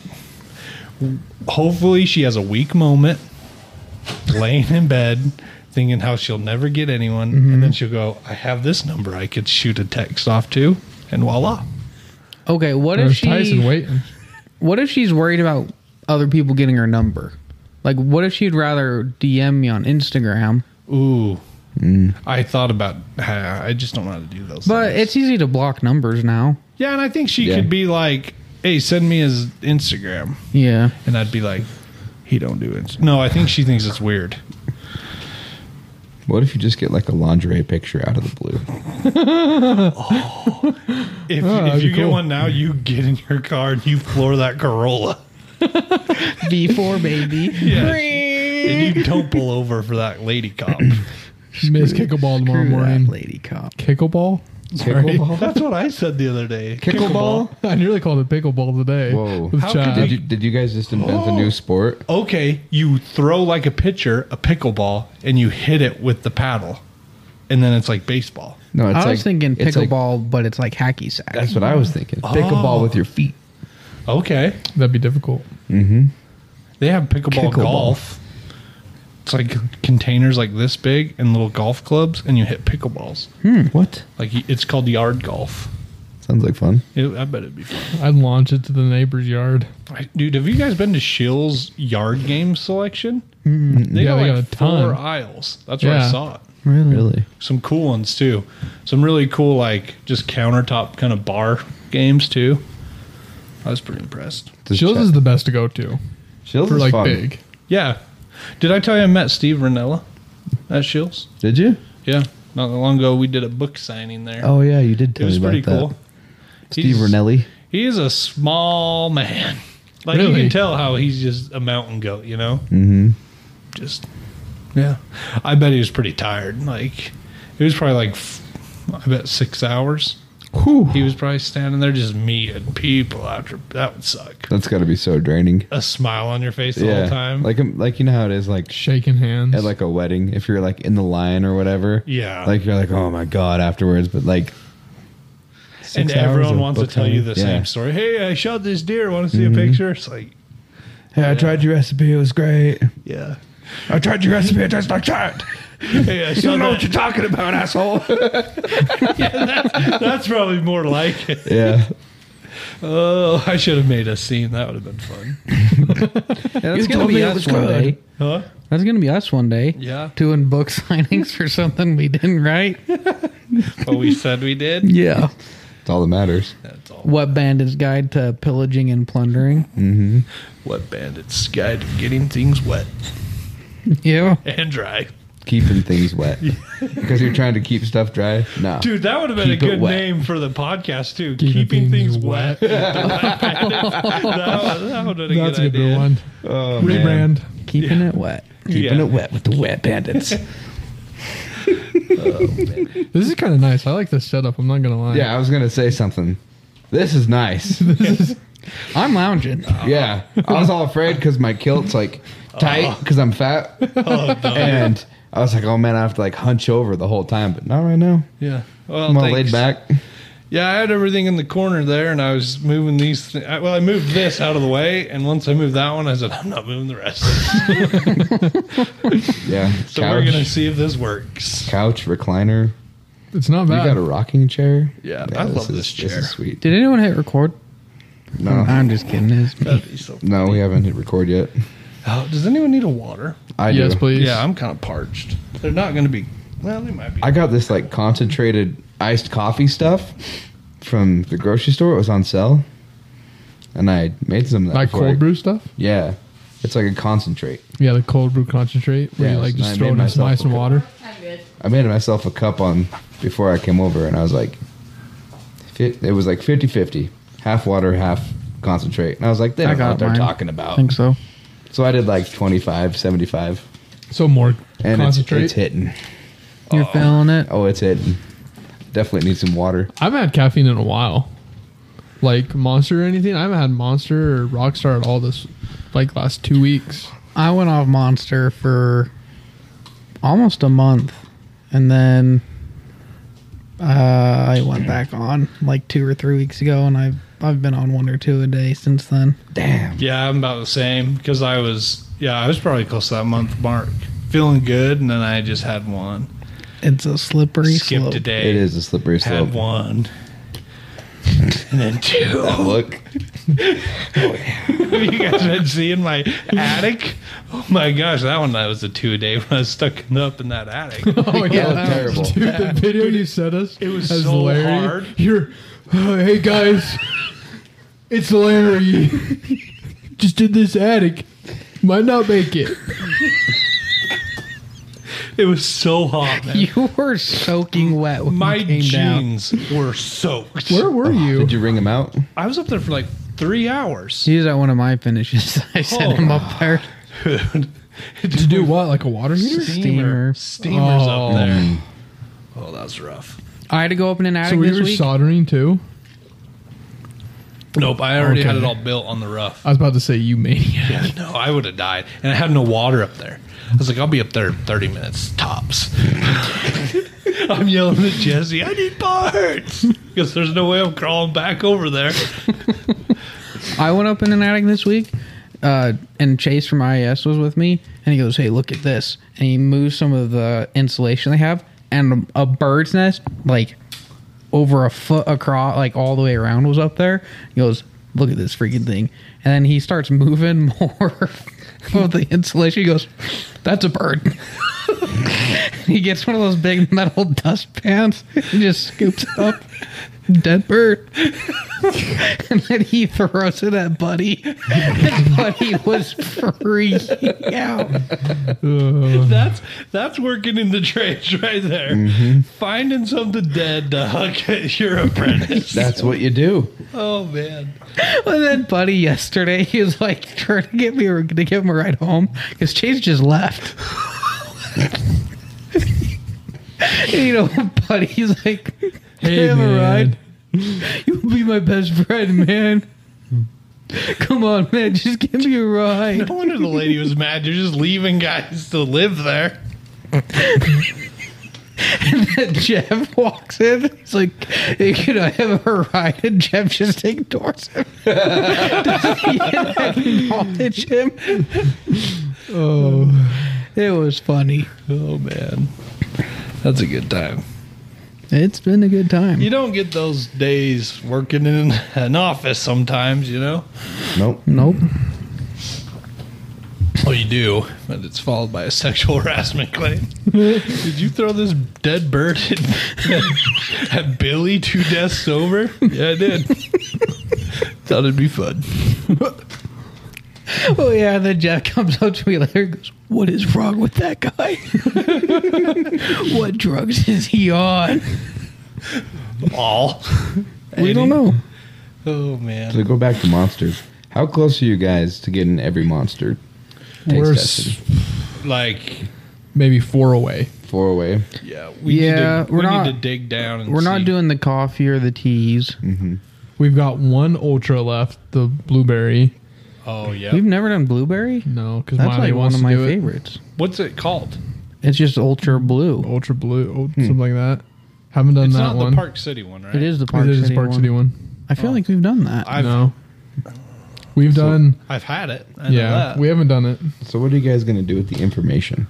S6: Hopefully, she has a weak moment, laying in bed, thinking how she'll never get anyone,
S5: Mm-hmm.
S6: and then she'll go, "I have this number I could shoot a text off to," and voila.
S5: Okay, what if
S2: There's
S5: she?
S2: Tyson waiting.
S5: What if she's worried about other people getting her number? Like, what if she'd rather DM me on Instagram?
S6: Ooh, I thought about. <sighs> I just don't know how to do those.
S5: Mm. But
S6: things.
S5: it's easy to block numbers now.
S6: yeah, and I think she
S4: Yeah.
S6: could be like, "Hey, send me his Instagram."
S5: Yeah.
S6: and I'd be like, "He don't do it." No, I think she thinks it's weird.
S4: What if you just get like a lingerie picture out of the blue?
S6: If,
S2: that'd
S6: if you
S2: be
S6: get
S2: cool.
S6: one now, you get in your car and you floor that Corolla,
S5: V4, baby.
S6: and <laughs> you don't pull over for that lady cop.
S2: Miss Kickleball tomorrow
S5: Screw that
S2: morning.
S5: lady cop.
S2: Kickleball?
S6: That's what I said the other day.
S4: Pickleball?
S2: <laughs> I nearly called it pickleball today.
S4: Whoa.
S2: With
S6: How could
S2: Chad.
S4: Did you did you guys just invent a new sport?
S6: Okay, you throw like a pitcher, a pickleball, and you hit it with the paddle, and then it's like baseball.
S4: No, Oh, it's
S5: I was
S4: like-
S5: thinking
S4: it's like-
S5: pickleball, but it's like hacky sack.
S4: that's what I was thinking.
S6: Oh.
S4: Pickleball with your feet.
S6: Okay,
S2: That'd be difficult.
S6: they have pickleball,
S4: Kickleball.
S6: golf. It's like containers like this big and little golf clubs, and you hit pickleballs.
S4: What?
S6: Like y- it's called yard golf.
S4: Sounds like fun.
S6: It, I bet it'd be fun.
S2: I'd launch it to the neighbor's yard.
S6: I- Dude, have you guys been to Shill's yard game selection? They
S2: Mm, Yeah,
S6: got
S2: they
S6: like
S2: got a ton.
S6: four aisles. That's where I
S2: Yeah.
S6: saw it.
S4: Really?
S6: Some cool ones too. Some really cool like just countertop kind of bar games too. I was pretty impressed.
S4: Does
S2: Shills
S4: Chad-
S2: is the best to go to
S4: Shills
S2: for
S4: is
S2: like
S4: fun.
S2: big.
S6: Yeah. Did I tell you I met Steve Ranella at Shill's?
S4: Did you?
S6: Yeah. Not that long ago we did a book signing there.
S4: Oh yeah, you did
S6: it
S4: tell
S6: was
S4: me about
S6: pretty
S4: that.
S6: cool.
S4: Steve
S6: He's-
S4: Renelli.
S6: He's a small man. Like you
S2: Really?
S6: can tell how he's just a mountain goat, you know? Mm-hmm. Just yeah. I bet he was pretty tired. Like it was probably like f- I bet six hours. He was probably standing there just meeting people after that would suck.
S4: That's got to be so draining.
S6: A smile on your face the
S4: yeah.
S6: whole time.
S4: Like um, like you know how it is like
S2: Shaking hands.
S4: at like a wedding if you're like in the line or whatever.
S6: Yeah.
S4: Like you're like oh my god afterwards, but like
S6: and
S4: six hours
S6: everyone
S4: of
S6: wants to
S4: book
S6: tell you the
S4: signing. Yeah. Mm-hmm.
S6: same story. Hey, I shot this deer, wanna see a picture? It's like
S4: Hey, I tried your recipe. It was great.
S6: yeah. <laughs>
S4: I tried your recipe. It tastes like shit.
S6: Hey, I shot that. <laughs>
S4: talking about, asshole.
S6: That's probably more like
S4: <laughs>
S6: it.
S4: yeah.
S6: Oh, I should have made a scene. That would have been fun.
S5: Yeah, that's
S4: told
S5: gonna be
S4: me it
S5: us
S4: was
S5: one
S4: good.
S5: day.
S6: Huh?
S5: That's gonna be us one day.
S6: Yeah.
S5: Doing book <laughs> signings for something we didn't write.
S6: But we said we did.
S5: Yeah.
S4: It's all that matters.
S6: That's all.
S5: What bandit's guide to pillaging and
S4: <laughs>
S5: plundering?
S6: What bandits guide to getting things wet
S5: Yeah.
S6: and dry.
S4: Keeping things wet because you're trying to keep stuff dry. No.
S6: Dude, that would have been
S4: Keep
S6: a
S4: it
S6: good
S4: wet.
S6: name for the podcast too. Keeping, things, wet. that, would- <laughs> that
S2: <laughs>
S6: would have been a
S2: That's
S6: good
S2: a good
S6: idea.
S2: one.
S4: Oh, man.
S2: Rebrand.
S5: Keeping it wet.
S4: Keeping
S6: Yeah.
S4: it wet with the wet bandits.
S2: This is kind of nice. I like this setup. I'm not gonna lie.
S4: yeah, I was gonna say something. This is
S6: <laughs>
S4: nice.
S5: I'm lounging.
S4: yeah, I was all afraid because my kilt's like
S6: Oh.
S4: tight because I'm fat, and I was like, oh man, I have to like hunch over the whole time, but not right now.
S6: Yeah. Well,
S4: I'm all laid
S6: thanks.
S4: back.
S6: Yeah, I had everything in the corner there, and I was moving these. Th- well, I moved this out of the way, and once I moved that one, I said, "I'm not moving the rest." <laughs>
S4: Yeah,
S6: so
S4: couch,
S6: we're gonna see if this works.
S4: couch recliner.
S2: It's not
S4: You
S2: bad.
S4: got a rocking chair.
S6: Yeah, I love this
S4: is-
S6: chair.
S4: is sweet.
S5: Did anyone hit record?
S4: No,
S5: I'm just kidding. It's me.
S6: That'd be so-
S4: no, we haven't hit record yet.
S6: Oh, does anyone need a water?
S4: I
S2: yes,
S4: do.
S2: please.
S6: Yeah, I'm kind of parched. They're not going to be. Well, they might be.
S4: I got this like concentrated iced coffee stuff from the grocery store. It was on sale, and I made some of that.
S2: like
S4: before I-
S2: cold brew stuff.
S4: Yeah, it's like a concentrate.
S2: Yeah, the cold brew concentrate. Where
S4: Yeah,
S2: you like
S4: I
S2: just
S4: made
S2: throw in some
S4: myself
S2: ice and
S4: a-
S2: water.
S7: I'm good.
S4: I made myself a cup on before I came over, and I was like, It, it was like 50 50, half water, half concentrate. And I was like, they
S5: I
S4: don't know
S5: got
S4: what they're
S5: mine.
S4: talking
S5: I
S4: about.
S5: think so.
S4: So I did like 25, 75.
S2: So more
S4: And it's,
S2: concentrate.
S4: it's hitting.
S5: You're feeling it.
S4: Oh, it's hitting. Definitely need some water.
S2: I haven't had caffeine in a while. Like Monster or anything. I haven't had Monster or Rockstar at all this like last two weeks.
S5: I went off Monster for almost a month, and then uh, I went back on like two or three weeks ago, and I've I've been on one or two a day since then.
S4: Damn.
S6: Yeah, I'm about the same because I was, yeah, I was probably close to that month mark. Feeling good, and then I just had one.
S5: It's a slippery
S6: Skipped
S5: slope.
S6: a day.
S4: It is a slippery
S6: Had
S4: slope.
S6: one. And then two. <laughs>
S4: Oh, Look.
S6: Have you guys been seeing my attic? Oh my gosh, that one that was a two a day when I was stuck up in that
S5: <laughs>
S6: attic.
S2: Oh
S4: yeah, that was terrible.
S2: Dude, the video you sent us. It
S6: was so hard.
S2: You're, "Oh, hey guys, it's Larry. Just in this attic. Might not make it.
S6: It was so hot,
S5: <laughs>
S6: man.
S5: You were soaking wet when
S6: my
S5: you came down.
S6: jeans were soaked.
S2: Where were you?
S4: Did you ring him out?
S6: I was up there for like three hours.
S5: He's at one of my finishes. <laughs> I sent
S6: Oh.
S5: him up there.
S6: <laughs> Dude.
S2: to do what? Like a water heater?
S5: Steamer.
S6: Steamer. Steamer's
S2: Oh.
S6: up there. Oh, that was rough.
S5: I had to go up in an attic
S2: So we
S5: this
S2: were
S5: week.
S2: soldering too.
S6: Nope, I already had
S2: Okay. Uh,
S6: it all built on the rough.
S2: I was about to say you maniac.
S6: Yeah, <laughs> no, I would have died. And I had no water up there. I was like, I'll be up there in 30 minutes tops. <laughs> I'm yelling at Jesse, I need parts. <laughs> Because there's no way I'm crawling back over there.
S5: I went up in an attic this week, uh, and Chase from IES was with me, and he goes, "Hey, look at this!" And he moves some of the insulation they have, and a bird's nest, like over a foot across, like all the way around, was up there. He goes, "Look at this freaking thing!" And then he starts moving <laughs> more of the insulation. He goes, "That's a bird." <laughs> he gets one of those big metal dust pans and just scoops it up. Dead bird. <laughs> and then he throws it at Buddy. <laughs> And Buddy was freaking out.
S2: Uh,
S6: That's that's working in the trades <laughs> right there. Finding something dead to hook at your apprentice. <laughs>
S4: That's what you do.
S6: oh, man.
S5: And then Buddy yesterday, he was like trying to get me to give him a ride home because Chase just left. <laughs> And, you know, Buddy's like,
S2: Hey,
S5: hey, have
S2: man.
S5: a ride. You'll be my best friend, man. Come on, man. Just give me a ride.
S6: No wonder the lady was mad. You're just leaving guys to live there.
S5: And <laughs> Jeff walks in. He's like, hey, "Can I have a ride?" And Jeff just ignores him. <laughs> Doesn't even acknowledge him.
S2: Oh,
S5: It was funny.
S6: Oh, man. That's a good time.
S5: It's been a good time.
S6: You don't get those days working in an office sometimes, you know?
S4: Nope.
S5: nope.
S6: Oh, you do, but it's followed by a sexual <laughs> harassment claim.
S5: <laughs>
S6: Did you throw this dead bird at, <laughs> at Billy two desks over? Yeah, I did. Thought it'd be fun.
S5: Oh yeah. And then Jeff comes up to me later and goes, "What is wrong with that guy? <laughs> what drugs is he on?"
S6: All.
S5: We don't know.
S6: Oh,
S4: So
S6: man.
S4: go back to monsters. How close are you guys to getting every monster? taste
S2: we're
S4: tested?
S2: s-
S6: Like,
S2: maybe four away.
S4: Four away.
S6: yeah, we,
S5: Yeah,
S6: need, to,
S5: we're
S6: we
S5: not-
S6: need to dig down and
S5: We're not
S6: see.
S5: doing the coffee or the teas.
S2: We've got one ultra left, the blueberry.
S6: Oh, yeah.
S5: We've never done blueberry.
S2: No, because
S5: That's
S2: Miley
S5: like one
S2: wants
S5: of
S2: to
S5: my
S2: do it.
S5: favorites.
S6: What's it called?
S5: It's just ultra blue.
S2: Ultra blue, oh, something like that. Haven't done
S6: It's
S2: that
S6: not
S2: one.
S6: the Park City one, right?
S5: It is the
S2: Park,
S5: Park,
S2: it is
S5: City,
S2: Park
S5: one.
S2: City one.
S5: I feel like we've done that.
S6: I've,
S2: no, we've done.
S6: I've had it. I know
S2: Yeah,
S6: that.
S2: we haven't done it.
S4: So what are you guys going to do with the information?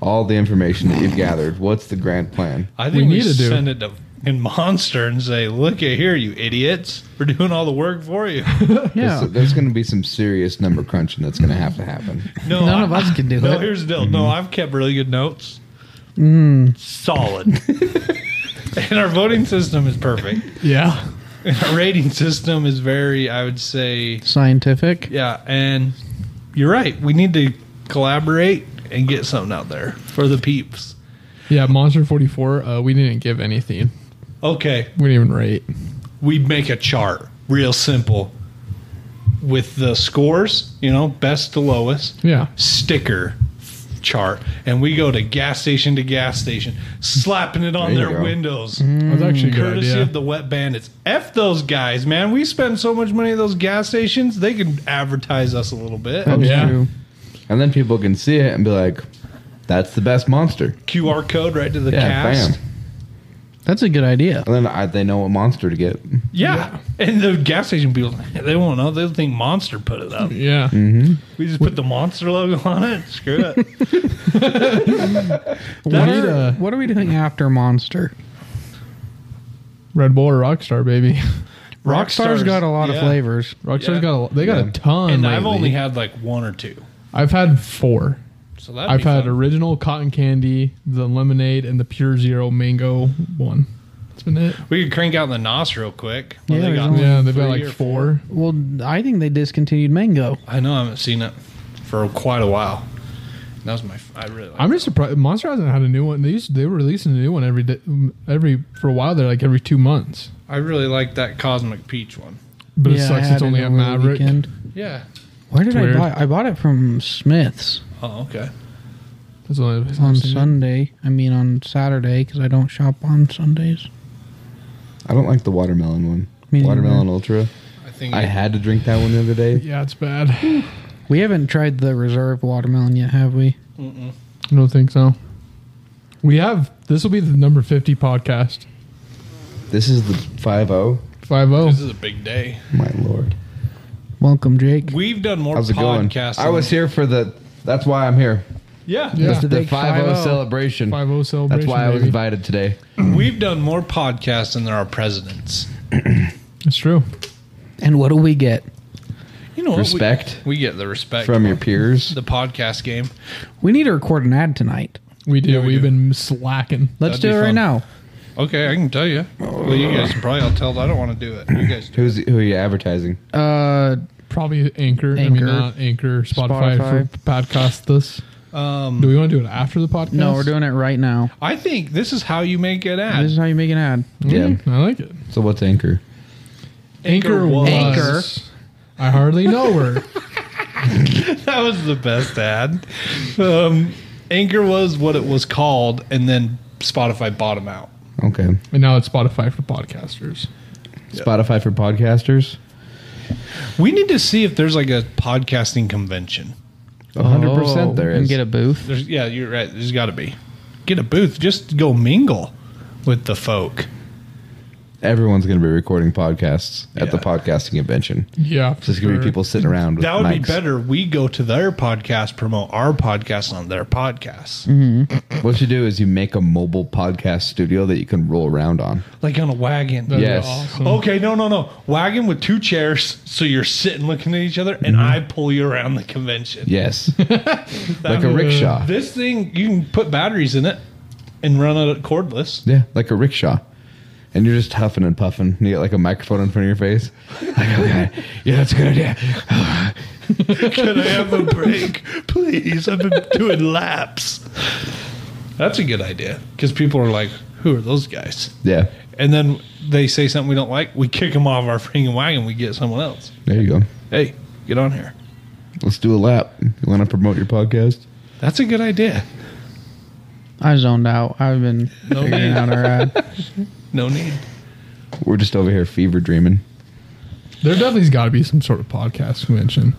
S4: All the information that you've gathered. What's the grand plan?
S6: I think
S2: We
S6: we,
S2: need to do.
S6: send it to in Monster and say, "Look at here, you idiots! We're doing all the work for you."
S5: yeah.
S4: There's, there's going to be some serious number crunching that's going to have to happen.
S6: No,
S5: None of us can do
S6: No,
S5: it.
S6: here's the deal. No, I've kept really good notes. Solid. and our voting system is perfect.
S2: Yeah,
S6: And our rating system is very, I would say,
S5: Scientific.
S6: yeah. And you're right. We need to collaborate and get something out there for the peeps.
S2: yeah. Monster forty four. Uh, we didn't give anything.
S6: Okay,
S2: We didn't even rate.
S6: we make a chart, real simple, with the scores, you know, best to lowest.
S2: Yeah.
S6: Sticker chart, and we go to gas station to gas station, slapping it on
S4: There you
S6: their
S4: go.
S6: windows.
S2: Mm-hmm. That's actually a good
S6: Courtesy
S2: idea.
S6: of the wet bandits. F those guys, man. We spend so much money at those gas stations. They can advertise us a little bit.
S2: Oh, yeah.
S5: True.
S4: And then people can see it and be like, that's the best monster.
S6: QR code right to the
S4: Yeah,
S6: cast.
S4: bam.
S5: That's a good idea.
S4: And then I, they know what monster to get.
S6: Yeah. And the gas station people, <laughs> they won't know. They'll think Monster put it up.
S2: Yeah.
S6: We just put the Monster logo on it. Screw
S2: <laughs>
S6: it.
S5: What
S2: need
S5: are,
S2: a-
S5: what are we doing after Monster?
S2: Red Bull or Rockstar, baby. <laughs>
S5: Rockstar's got a lot of flavors.
S2: Rockstar's
S6: Yeah.
S2: got a, they got a ton.
S6: And I've
S2: lately.
S6: only had like one or two.
S2: I've had four.
S6: So that
S2: I've had original cotton candy, the lemonade, and the pure zero mango one. That's been it.
S6: we could crank out the nos real quick. Well,
S5: Yeah,
S6: they
S5: there's
S6: got
S5: only-
S2: Yeah, they've got
S6: three
S2: like
S6: or
S2: four.
S5: Well, I think they discontinued mango.
S6: I know I haven't seen it for quite a while. That was my. I really. Like
S2: I'm just surprised Monster hasn't had a new one. They used they were releasing a new one every day, every for a while. They're like every two months,
S6: I really like that cosmic peach one.
S2: but
S5: Yeah,
S2: it
S5: I
S2: sucks.
S5: had
S2: It's only
S5: it
S2: at
S5: over the
S2: Maverick.
S5: weekend.
S6: Yeah.
S5: Where did
S2: It's weird.
S5: I buy? I bought it from Smith's
S6: Oh, okay.
S2: That's the only
S5: on
S2: I've seen it.
S5: Sunday. I mean on Saturday because I don't shop on Sundays.
S4: I don't like the watermelon one.
S5: Me neither.
S4: watermelon Ultra.
S6: I think
S4: I had to drink that one the other day.
S2: Yeah, it's bad. I
S5: We haven't tried the reserve watermelon yet, have we?
S2: don't think so. We have this will be the number fifty podcast.
S4: This is the oh? 5 0.
S2: Five oh. zero.
S6: this is a big day.
S4: My lord.
S5: Welcome, Jake.
S6: We've done more
S4: How's it going?
S6: podcasts.
S4: I was
S6: than-
S4: here for the. That's why I'm here.
S6: Yeah.
S2: Yeah.
S5: The
S4: The
S5: big
S4: 5 0
S5: 5-0.
S4: celebration.
S2: Five zero celebration.
S4: That's why I was
S2: baby.
S4: invited today.
S6: We've done more podcasts than there are presidents.
S2: It's true.
S5: And what do we get?
S6: You know what?
S4: Respect
S6: We, we get the respect
S4: from your peers.
S6: the podcast game.
S5: We need to record an ad tonight.
S2: We do.
S6: we
S2: we have
S6: do.
S2: been slacking.
S5: Let's
S6: That'd
S5: do
S6: be
S5: it right
S6: fun.
S5: now.
S6: Okay, I can tell you. Well, you guys probably all tell. I don't want to do it. You guys do.
S4: Who's who are you advertising?
S5: Uh,
S2: Probably Anchor. I
S5: Anchor.
S2: mean, not Anchor. Spotify,
S5: Spotify.
S2: for podcast this.
S6: Um,
S2: Do we want to do it after the podcast?
S5: no, we're doing it right now.
S6: I think this is how you make an
S5: This
S6: ad.
S5: is how you make an ad.
S4: Yeah.
S2: I like it.
S4: So what's Anchor?
S2: Anchor was.
S5: Anchor.
S2: I hardly know her.
S6: That was the best ad. Um, Anchor was what it was called, and then Spotify bought them out.
S4: Okay.
S2: and now it's Spotify for podcasters.
S4: Spotify for podcasters.
S6: We need to see if there's like a podcasting convention.
S4: A
S1: Oh.
S6: Oh,
S4: 100% there
S5: And
S4: is.
S5: get a booth.
S6: There's, yeah, you're right. There's got to be. Get a booth. Just go mingle with the folk.
S4: Everyone's going to be recording podcasts at the
S6: Yeah.
S4: podcasting convention.
S2: Yeah.
S4: So it's going to be people sitting around. With
S6: That would be
S4: mics.
S6: better. We go to their podcast, promote our podcast on their podcast,
S4: Mm-hmm. What you do is you make a mobile podcast studio that you can roll around on.
S6: like on a wagon.
S2: That'd be
S4: Yes.
S2: awesome.
S6: Okay, no, no, no. Wagon with two chairs, so you're sitting looking at each other, and I pull you around the convention.
S4: Yes. like a rickshaw.
S6: This thing, you can put batteries in it and run it cordless.
S4: Yeah, like a rickshaw. And you're just huffing and puffing. And you got like a microphone in front of your face. <laughs> Like, okay, yeah, that's a good idea.
S6: <laughs> Can I have a break, please? I've been doing laps. That's a good idea because people are like, "Who are those guys?"
S4: Yeah,
S6: And then they say something we don't like. We kick them off our freaking wagon. We get someone else.
S4: there you go.
S6: Hey, get on here.
S4: Let's do a lap. You want to promote your podcast?
S6: That's a good idea.
S5: I zoned out. I've been figuring out our
S6: <laughs>
S5: ad.
S6: No need.
S4: We're just over here fever dreaming.
S2: There definitely's got to be some sort of podcast convention.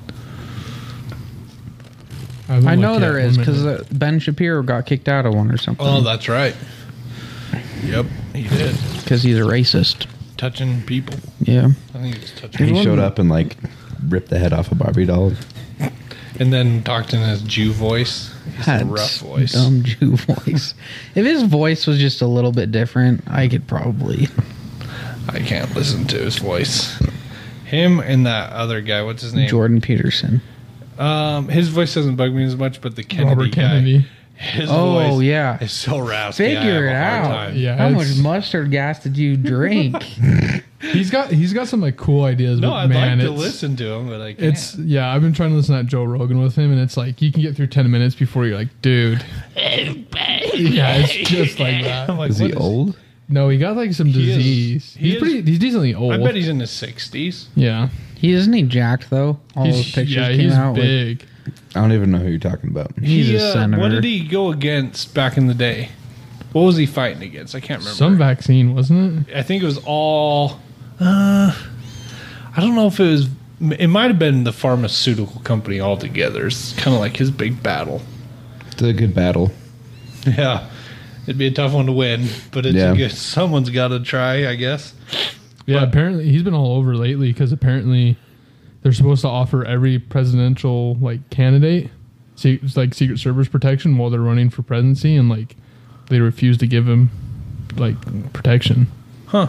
S2: haven't
S5: I know
S2: looked yet.
S5: there is
S2: One
S5: because
S2: minute.
S5: uh, Ben Shapiro got kicked out of one or something
S6: Oh, that's right. Yep, he did.
S5: because he's a racist.
S6: Touching people.
S5: Yeah.
S6: I think he was touching.
S4: He
S5: Good one.
S4: showed up and like ripped the head off a Barbie doll.
S6: And then talked in his Jew voice. His
S5: That's
S6: rough voice.
S5: Dumb <laughs> Jew voice. if his voice was just a little bit different, I could probably.
S6: I can't listen to his voice. Him and that other guy. What's his name?
S5: Jordan Peterson.
S6: Um, his voice doesn't bug me as much, but the Kennedy
S2: Robert
S6: guy.
S2: Kennedy.
S6: His
S5: Oh,
S6: voice
S5: yeah.
S6: is so raspy. I have
S5: Figure
S6: a
S5: it
S6: hard
S5: out.
S6: time.
S2: Yeah,
S5: How much
S2: it's-
S5: mustard gas did
S6: <laughs>
S5: you drink?
S2: He's got he's got some like cool ideas.
S6: No,
S2: but
S6: I'd
S2: man,
S6: like to
S2: it's,
S6: listen to him, but I can't.
S2: It's yeah. I've been trying to listen to that Joe Rogan with him, and it's like you can get through ten
S6: <laughs>
S2: minutes before you're like, dude. yeah, it's just like that.
S6: I'm like,
S4: Is
S6: what
S4: he old?
S2: No, he got like some
S6: He is-
S2: disease.
S6: he
S2: he's
S6: is-
S2: pretty. He's decently old.
S6: I bet he's in his sixties.
S2: yeah.
S5: He isn't he jacked though? All
S2: He's-
S5: those pictures
S2: yeah,
S5: came
S2: he's
S5: out. With,
S2: big.
S4: I don't even know who you're talking about.
S5: he's
S6: he,
S5: a
S6: uh,
S5: senator.
S6: What did he go against back in the day? What was he fighting against? I can't remember.
S2: Some vaccine, wasn't it?
S6: I think it was all. Uh, I don't know if it was. It might have been the pharmaceutical company altogether. It's kind of like his big battle.
S4: It's a good battle.
S6: Yeah, it'd be a tough one to win, but it's
S4: Yeah.
S6: a good, someone's got to try, I guess.
S2: Yeah. apparently, he's been all over lately because apparently they're supposed to offer every presidential like candidate se- it's like Secret Service protection while they're running for presidency, and like they refuse to give him like protection.
S6: Huh?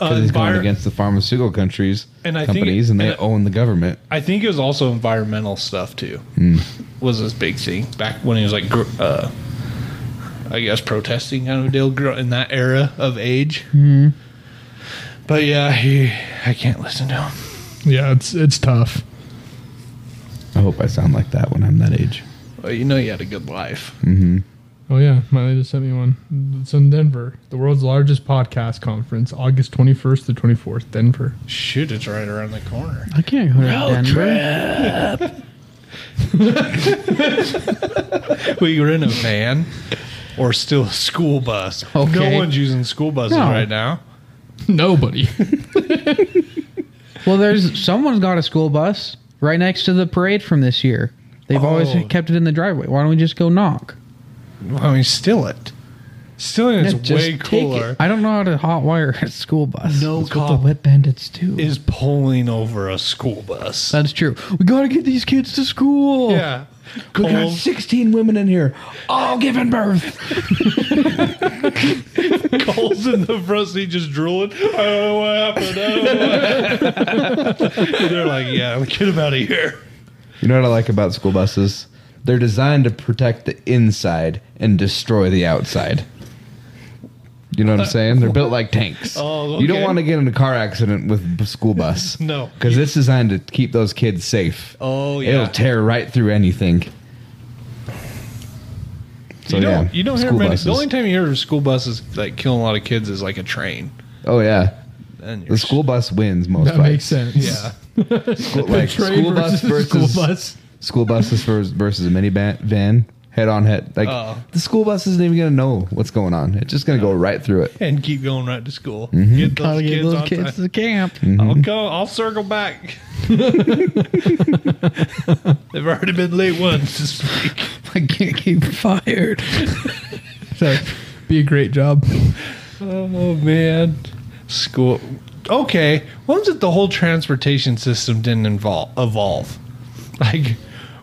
S6: Uh,
S4: Because he's going
S6: envir-
S4: against the pharmaceutical countries
S6: And I think-
S4: companies, and they
S6: and I-
S4: own the government.
S6: I think it was also environmental stuff too.
S4: Hmm.
S6: Was this big thing back when he was like, gr- uh, I guess protesting kind of deal gr- in that era of age.
S4: Hmm.
S6: But yeah, he, I can't listen to him.
S2: Yeah, it's it's tough.
S4: I hope I sound like that when I'm that age.
S6: Well, you know, he had a good life.
S2: Oh yeah, Miley just sent me one. It's in Denver, the world's largest podcast conference, August twenty first to twenty fourth, Denver. <laughs>
S6: Shoot, it's right around the corner.
S1: <laughs>
S5: I can't go to Denver.
S6: we were in a van or still a school bus.
S5: Okay.
S6: No one's using school buses
S5: No.
S6: right now.
S2: <laughs> Nobody.
S5: Well, there's someone's got a school bus right next to the parade from this year. They've always
S6: Oh.
S5: kept it in the driveway. Why don't we just go knock?
S6: I mean, steal it. Stealing
S5: Yeah,
S6: is
S5: just
S6: way
S5: take
S6: cooler.
S5: it. I don't know how to hotwire a school bus.
S6: No
S5: That's what the
S6: cop
S5: wet bandits do.
S6: Is pulling over a school
S1: <laughs>
S6: bus.
S1: Oh.
S5: That's true. We gotta get these kids to school.
S6: yeah.
S4: We got
S6: Cold.
S4: <laughs> 16 women in here, all giving birth.
S6: Cole's in the front seat just drooling. I don't know what happened. I don't know what happened. <laughs> And They're like, yeah, get him out of here.
S4: You know what I like about school buses? They're designed to protect the inside and destroy the outside. You know what I'm saying? They're built like tanks.
S6: <laughs> Oh,
S4: You don't
S6: okay.
S4: want to get in a car accident with b- school bus.
S6: <laughs> No.
S4: Because it's designed to keep those kids safe.
S6: Oh, yeah.
S4: It'll tear right through anything. So,
S6: you don't,
S4: yeah.
S6: you don't hear
S4: school
S6: many.
S4: buses.
S6: The only time you hear of school buses like killing a lot of kids is like a train.
S4: Oh, yeah.
S6: And
S4: The school bus wins most
S2: That
S4: fights.
S2: makes sense.
S6: <laughs> Yeah.
S4: School, like, school bus versus
S2: school bus.
S4: school buses versus, versus a mini van, van head on head. Like
S6: Oh.
S4: the school bus isn't even gonna know what's going on. It's just gonna go right through it.
S6: <laughs> and keep going right to school. Get those
S5: Gotta
S6: kids
S5: get those
S6: on
S5: kids
S6: time.
S5: to camp.
S6: I'll go. I'll circle back. <laughs> They've already been late once this week.
S5: I can't keep fired.
S2: So, be a great job.
S6: Oh man, school. Okay, when's it the whole transportation system didn't involve, evolve? Like,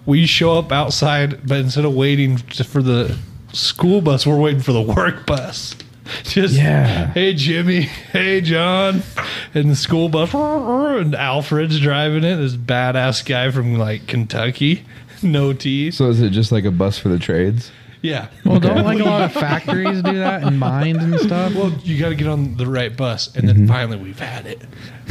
S6: we show up outside, but instead of waiting t- for the school bus, we're waiting for the work bus. Just
S4: Yeah.
S6: hey Jimmy, hey John, and the school bus, and Alfred's driving it. This badass guy from like Kentucky, <laughs> no teeth.
S4: So is it just like a bus for the trades?
S6: Yeah,
S5: Well, don't like a lot of <laughs> factories do that and mines and stuff.
S6: Well, you got to get on the right bus, and
S4: Mm-hmm.
S6: then finally we've had it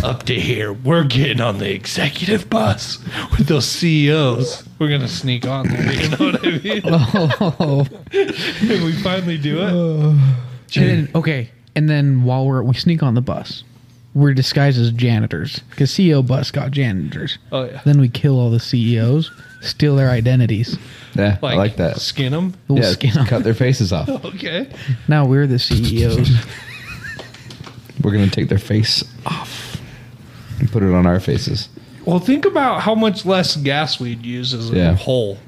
S6: up to here. We're getting on the executive bus with those CEOs. We're gonna sneak on there. You know what
S4: <laughs>
S6: I mean?
S5: Oh.
S6: and we finally do it.
S5: And then, okay, and then while we're we sneak on the bus, we're disguised as janitors because CEO bus got janitors.
S6: Oh yeah,
S5: Then we kill all the CEOs, steal their identities.
S4: Yeah, I like that.
S6: Skin them.
S5: We'll
S4: yeah,
S5: skin 'em.
S4: cut their faces off.
S2: <laughs>
S6: Okay.
S5: Now we're the E CEOs.
S4: We're gonna take their face off and put it on our faces.
S6: Well, think about how much less gas we'd use as a
S4: Yeah.
S6: whole.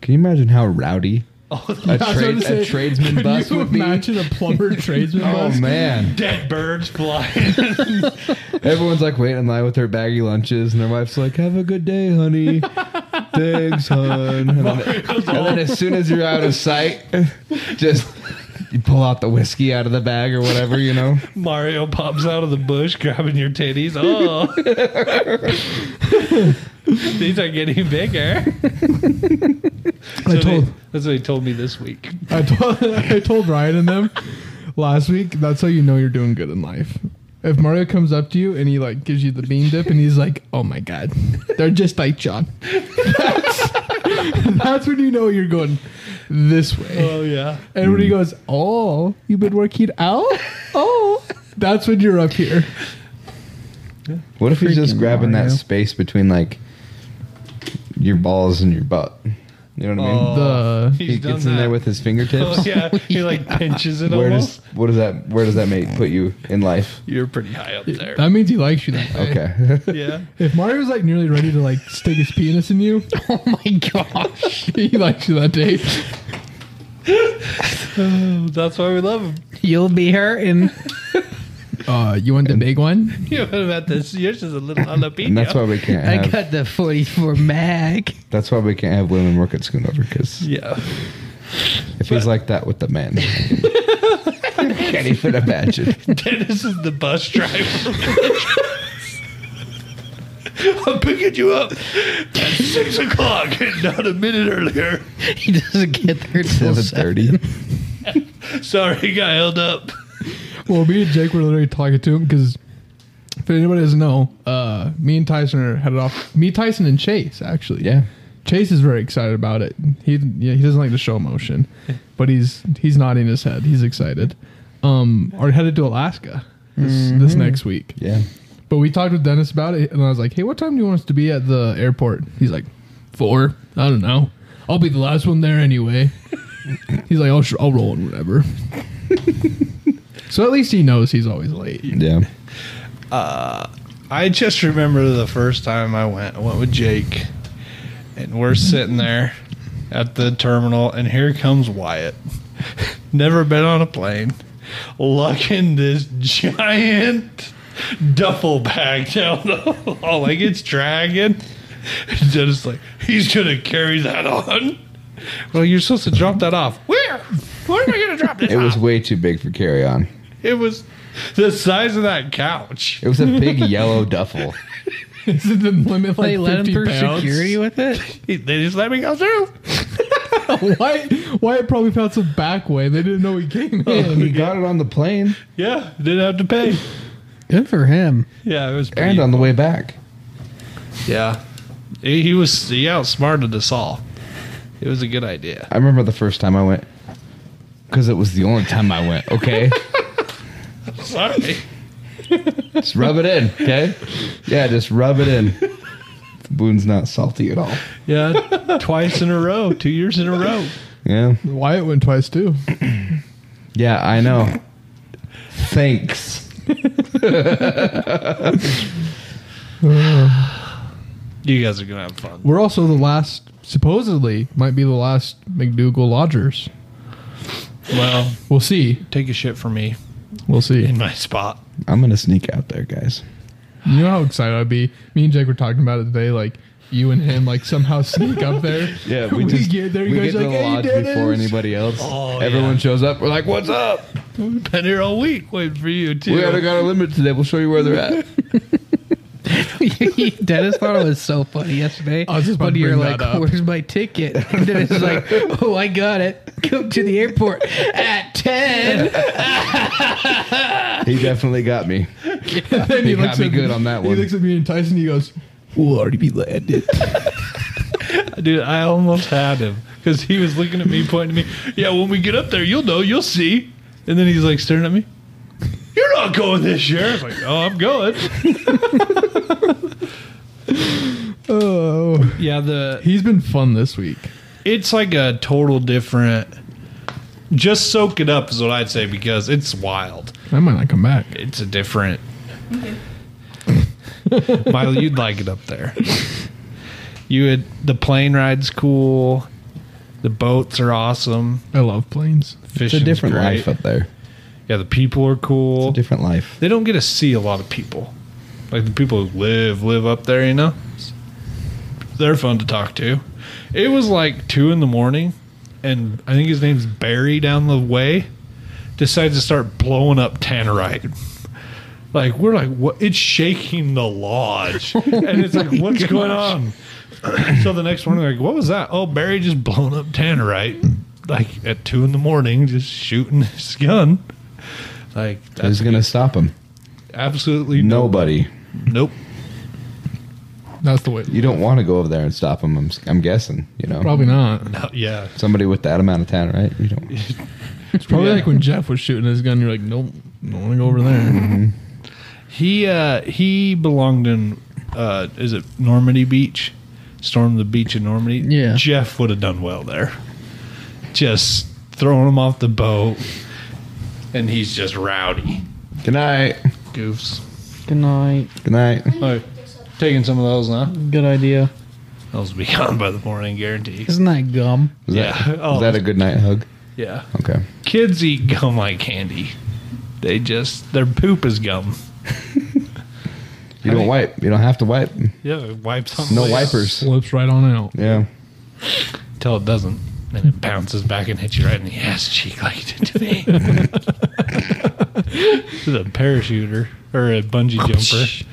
S4: Can you imagine how rowdy
S2: Oh, <laughs>
S4: a,
S2: I
S4: trade,
S2: was gonna
S4: a
S2: say,
S4: tradesman
S2: Could
S4: bus
S2: you
S4: would be?
S2: imagine a <laughs> plumber tradesman
S4: Oh
S2: bus?
S4: man!
S6: Dead birds flying.
S4: Everyone's like waiting in line with their baggy lunches, and their wife's like, "Have a good day,
S5: <laughs>
S4: honey. Thanks, hon." And then- And then as soon as you're out of sight, <laughs> just you pull out the whiskey out of the bag or whatever, you know.
S6: Mario pops out of the bush, grabbing your titties. Oh, <laughs> these are getting
S4: <laughs>
S6: bigger.
S2: I told,
S6: that's what he told me this week.
S2: I told, <laughs> I told Ryan and them last week. That's how you know you're doing good in life. If Mario comes up to you and he like gives you the bean dip and he's like, "Oh my god, <laughs> they're just like John," that's, that's when you know you're going. this way.
S6: Oh yeah.
S2: And when he goes, Oh, you've been working out? Oh, that's when you're up here.
S4: What if he's just
S5: Freaking
S4: grabbing that
S5: Mario.
S4: space between like your balls and your butt? You know what I mean?
S2: Oh.
S5: Oh,
S2: The-
S6: <laughs> he's
S4: he
S6: done
S4: gets in
S6: that.
S4: there with his fingertips.
S6: <laughs> Oh,
S5: <laughs>
S6: yeah,
S4: <laughs>
S6: he like pinches it
S4: Where does
S6: almost.
S4: what does that where does that make put you in
S5: <laughs>
S4: life?
S6: You're pretty high up there.
S2: That means he likes you that way.
S4: <laughs> Okay. <laughs>
S6: yeah.
S2: If Mario's like nearly ready to like stick his penis in <laughs> you,
S5: Oh my gosh.
S2: <laughs> he likes you that day.
S6: That's why we love him. <laughs>
S5: You'll be hurting.
S2: Uh, you want the big one?
S6: You know about this. Yours is a little jalapeno.
S4: and that's why we can't
S5: I
S4: have
S5: <laughs> got the 44 Mag.
S4: that's why we can't have women work at Schoonover because
S6: Yeah.
S4: if he's like that with the men, I <laughs> can't even imagine.
S6: <laughs> Dennis is the bus driver. <laughs> I'm picking you up at six o'clock, <laughs> and not a minute earlier.
S5: He doesn't get there
S4: <laughs>
S5: till
S4: Seven
S5: seven.
S4: thirty.
S6: Sorry, got held up.
S2: Well, me and Jake were literally talking to him because if anybody doesn't know, uh, me and Tyson are headed off. Me, Tyson, and Chase actually.
S4: Yeah.
S2: Chase is very excited about it. He yeah, he doesn't like to show emotion, but he's he's nodding his head. He's excited. Um, are headed to Alaska this, this next week.
S4: Yeah.
S2: But we talked with Dennis about it, and I was like, "Hey, what time do you want us to be at the airport?" He's like, four. I don't know. I'll be the last one there anyway." <laughs> he's like, "I'll sh- I'll roll in whatever." <laughs> so at least he knows he's always late.
S4: Yeah.
S6: I just remember the first time I went. I went with Jake, and we're sitting there at the terminal, and here comes Wyatt. <laughs> Never been on a plane, lugging this giant duffel bag down the hall like it's dragging. <laughs> And Dennis like he's gonna carry that on. Well, you're supposed to drop that off. Where? Where am I gonna drop this
S4: It was
S6: off?
S4: way too big for carry on.
S6: It was the size of that couch.
S4: It was a <laughs> big yellow duffel.
S2: <laughs> Is it the limit like
S5: They let him
S2: 50
S5: through
S2: pounds?
S5: security with it?
S6: They just let me go through.
S2: Why? Why it probably found some back way? They didn't know he came <laughs> in.
S4: He got it on the plane
S6: Yeah, didn't have to pay.
S5: Good for him.
S6: Yeah, it was. Pretty,
S4: and on the way back.
S6: yeah, he, he was he outsmarted us all. It was a good idea.
S4: I remember the first time I went because it was the only time I went. <laughs> Okay.
S6: Sorry,
S4: Just rub it in, okay? Yeah, just rub it in. The wound's not salty at all.
S6: <laughs> yeah, twice in a row, two years in a row.
S4: Yeah.
S2: Wyatt went twice too.
S4: Yeah, I know. Thanks.
S6: You guys are gonna have fun.
S2: We're also the last, supposedly, might be the last McDougal Lodgers.
S6: Well,
S2: We'll see.
S6: take a shit for me
S2: We'll see.
S6: in my spot.
S4: I'm gonna sneak out there, guys.
S2: You know how excited I'd be. Me and Jake were talking about it today. Like you and him, like somehow sneak
S4: <laughs>
S2: up there. we, get there. You
S4: we get to
S2: guys are like,
S4: the
S2: hey,
S4: lodge before
S2: Dennis.
S4: anybody else.
S6: Oh,
S4: Everyone
S6: yeah.
S4: shows up. We're like, "What's up?
S6: We've been here all week waiting for you too.
S4: We haven't got a limit today. We'll show you where they're at."
S5: <laughs> Dennis thought it was so funny yesterday.
S2: I was just about
S5: when
S2: to
S5: you're
S2: bring
S5: like,
S2: that up.
S5: "Where's my ticket?" And Dennis is like, "Oh, I got it. Come to the airport at 10.
S4: <laughs> he definitely got me.
S2: then
S4: He got me good on that
S2: He
S4: one.
S2: looks at me and Tyson. He goes, "We'll already be landed."
S6: dude. I almost had him because he was looking at me, pointing at me. Yeah, when we get up there, you'll know. You'll see. And then he's like staring at me. You're not going this year. I was like, oh, I'm going.
S2: oh,
S6: Yeah, the
S2: he's been fun this week.
S6: it's like a total different. Just soak it up is what I'd say because it's wild.
S2: I might not come back.
S6: It's a different. Miley, you'd like it up there. You would. The plane ride's cool. The boats are awesome.
S2: I love planes.
S4: It's a
S6: Fishing's
S4: different
S6: great.
S4: life up there.
S6: Yeah, the people are cool.
S4: Different life.
S6: they don't get to see a lot of people. Like the people who live live up there, you know. They're fun to talk to. It was like two in the morning, and I think his name's Barry down the way. Decides to start blowing up Tannerite. Like we're like, what? It's shaking the lodge, and it's like, what's going on? <clears throat> so the next morning, like, what was that? Oh, Barry just blown up Tannerite, like at two in the morning, just shooting his gun. Like that's
S4: Who's gonna stop him?
S6: Absolutely no.
S4: Nobody.
S6: Nope.
S2: That's the way.
S4: You don't want to go over there and stop them. I'm, I'm guessing. You know,
S2: Probably not.
S6: No, yeah.
S4: somebody with that amount of talent, right? You don't.
S2: It's probably
S6: Yeah.
S2: like when Jeff was shooting his gun. You're like, nope, don't want to go over there.
S6: He uh he belonged in uh is it Normandy Beach? Storm the beach in Normandy.
S5: Yeah.
S6: Jeff would have done well there. Just throwing him off the boat and he's just rowdy.
S4: <laughs> Good night.
S6: Goofs.
S5: Good night.
S4: Good night.
S6: All right. Taking some of those, huh?
S5: Good idea.
S6: Those will be <laughs> gone by the morning, guarantee.
S5: Isn't that gum?
S4: Was
S6: Yeah.
S4: That,
S6: Oh.
S4: was that a good night hug?
S6: Yeah.
S4: Okay.
S6: Kids eat gum like candy. They just their poop is gum.
S4: You don't wipe. You don't have to wipe.
S6: Yeah, it wipes on
S4: No
S6: the-
S4: wipers.
S2: Slips right on out.
S4: Yeah.
S6: Till it doesn't. Then it bounces back and hits you right in the ass cheek like it did today. <laughs> this is a parachuter or a bungee jumper.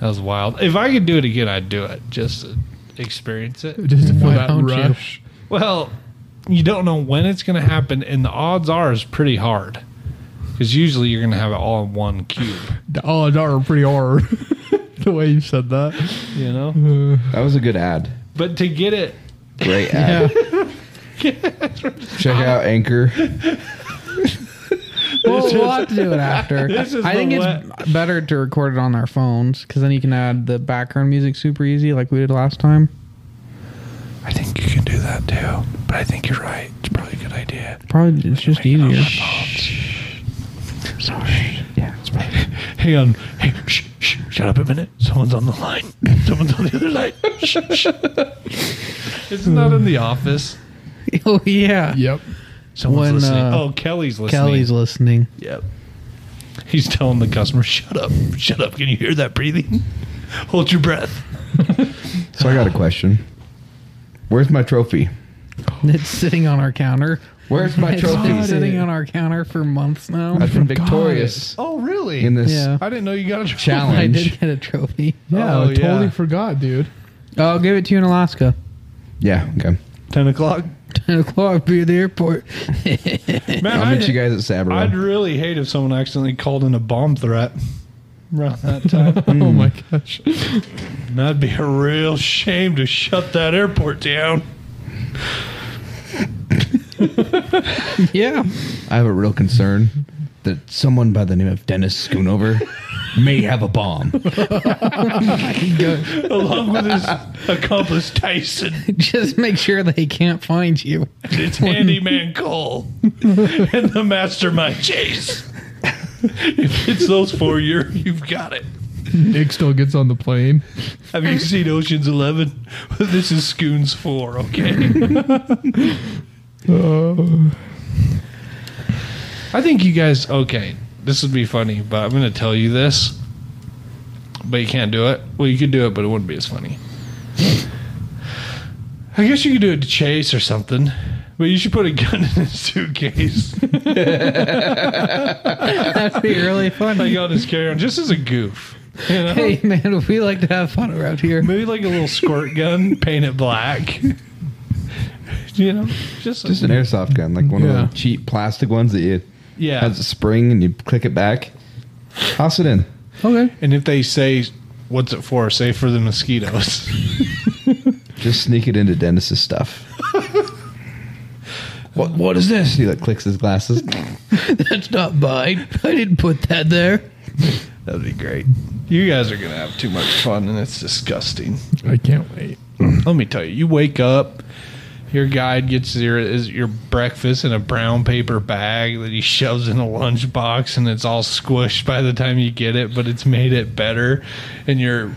S6: That was wild. If I could do it again, I'd do it just to experience it.
S2: Just for
S5: Why
S2: that
S5: don't you?
S2: rush.
S6: Well, you don't know when it's going to happen, and the odds are is pretty hard because usually you're going to have it all in one cube.
S2: The odds are oh, pretty hard. <laughs> the way you said that.
S6: You know,
S4: That was a good ad.
S6: but to get it,
S4: Great ad. <laughs> Check out Anchor.
S5: Well, we'll have to do it
S2: <laughs>
S5: after.
S6: This is
S5: I
S6: the
S5: think it's better to record it on our phones because then you can add the background music super easy, like we did last time.
S6: I think you can do that too. But I think you're right. It's probably a good idea.
S5: Probably it's just easier. Sorry. Yeah.
S6: <laughs> Hang on. Hey, shh, shh, shut up a minute. Someone's on the line. <laughs> Someone's on the other line. Shh, shh. <laughs> It's not in the office.
S5: Oh yeah.
S2: Yep.
S6: Someone's
S5: When,
S6: listening.
S5: uh,
S6: oh, Kelly's listening.
S5: Kelly's listening.
S6: Yep. He's telling the customer, "Shut up! Shut up! Can you hear that breathing? <laughs> Hold your breath."
S4: So I got a question. Where's my trophy?
S5: It's sitting on our counter.
S4: Where's my
S5: It's been
S4: trophy?
S5: sitting on our counter for months now.
S4: I've been victorious
S6: Oh, really?
S4: in this
S5: Oh Yeah.
S6: I didn't know you got <laughs> a
S5: I
S4: challenge.
S5: did get a trophy.
S2: Yeah,
S6: Oh,
S2: I totally
S6: yeah.
S2: forgot, dude.
S5: I'll give it to you in Alaska. <laughs>
S4: Yeah. Okay.
S6: Ten <laughs> o'clock.
S5: 10 o'clock, be at the airport.
S6: Man,
S4: I'll
S6: I
S4: meet you guys at Sabra.
S6: I'd really hate if someone accidentally called in a bomb threat around that time.
S2: Oh my
S5: Hmm.
S2: gosh.
S6: And That'd be a real shame to shut that airport down.
S5: yeah. <laughs>
S4: I have a real concern that someone by the name of Dennis Schoonover may have a bomb.
S6: along with his accomplice Tyson
S5: Just make sure they can't find you.
S6: and his handyman Cole and the mastermind Chase. If it's those four, you're, you've got it.
S2: Nick still gets on the plane.
S6: Have you seen Ocean's Eleven? This is Scoons 4, okay?
S5: Uh,
S6: I think you guys, okay, this would be funny, but I'm going to tell you this. But you can't do it. Well, you could do it, but it wouldn't be as funny. I guess you could do it to Chase or something. But you should put a gun <laughs> in his suitcase,
S5: That'd be really
S6: like
S5: funny.
S6: on his carry-on, just as a goof. You know?
S5: Hey, man, we like to have fun around here.
S6: Maybe like a little squirt gun, paint it black. you know, just,
S4: Just an airsoft gun, like one
S2: Yeah.
S4: of the cheap plastic ones that you
S6: yeah.
S4: has a spring and you click it back. Toss it in.
S5: Okay.
S6: and if they say, "What's it for?" Say for the mosquitoes.
S4: Just sneak it into Dennis's stuff. <laughs> what what is this? He like clicks his <laughs> glasses.
S5: That's not
S4: <laughs>
S5: mine. I didn't put that there.
S6: That'd be great. You guys are gonna have too much fun, and it's disgusting.
S2: I can't wait.
S6: Let me tell you, you wake up. Your guide gets your is your breakfast in a brown paper bag that he shoves in a lunchbox, and it's all squished by the time you get it. But it's made it better, and you're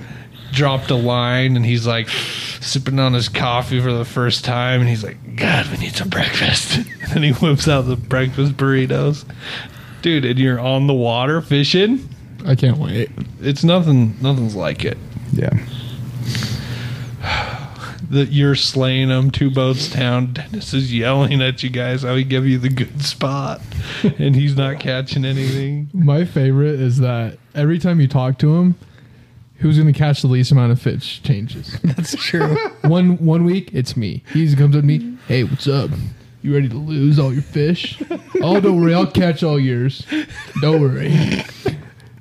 S6: dropped a line, and he's like sipping on his coffee for the first time, and he's like, "God, we need some breakfast." <laughs> And then he whips out the breakfast burritos, dude. And you're on the water fishing.
S2: I can't wait.
S6: It's nothing. Nothing's like it
S4: Yeah.
S6: that you're slaying them two boats down. Dennis is yelling at you guys how he gave you the good spot, and he's not catching anything.
S2: My favorite is that every time you talk to him, who's going to catch the least amount of fish changes.
S5: <laughs> That's true.
S2: <laughs> one one week, it's me. He comes up to me, hey, what's up? You ready to lose all
S5: <laughs>
S2: your fish? oh, don't worry, I'll catch all yours. Don't worry.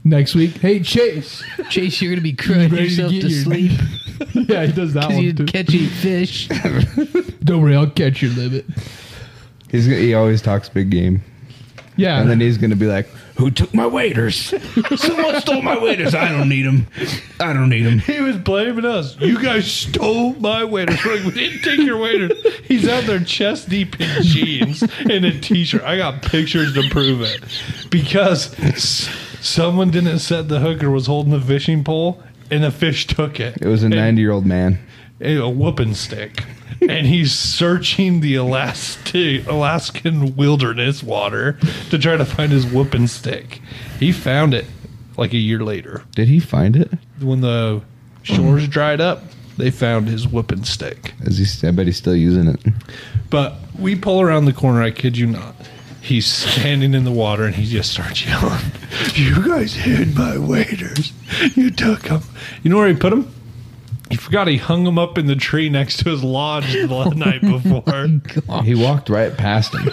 S2: Next week, hey Chase,
S5: Chase, you're going to be crying
S2: ready to
S5: yourself
S2: get
S5: to
S2: your-
S5: sleep.
S2: <laughs> yeah,
S5: <laughs>
S2: he does that
S5: Because
S2: one too.
S5: you'd catch eat fish.
S2: Don't worry, I'll catch your limit.
S4: He's gonna- he always talks big game,
S2: Yeah, <laughs>
S4: and then he's gonna be like,
S6: Who took my waiters? Someone stole my waiters. I don't need them. I don't need them. He was blaming us. You guys stole Oh, my waiters. We're like, we didn't take your waiters. He's out there chest deep in jeans and a t-shirt. I got pictures to prove it because s- someone didn't set the hooker was holding the fishing pole and the fish took it.
S4: "It was a
S6: And-
S4: ninety-year-old man."
S6: and a whooping stick. And he's searching the elastic, Alaskan wilderness water to try to find his whooping stick. He found it like a year later.
S4: Did he find it?
S6: When the shores dried up, they found his whooping stick.
S4: Is he? I bet he's still using it.
S6: But we pull around the corner, I kid you not. He's standing in the water and he just starts yelling, You guys hid my waiters. You took them. You know where he put them? He forgot he hung them up in the tree next to his
S4: <laughs>
S6: lodge the
S4: Oh
S6: night before.
S4: He walked right past him.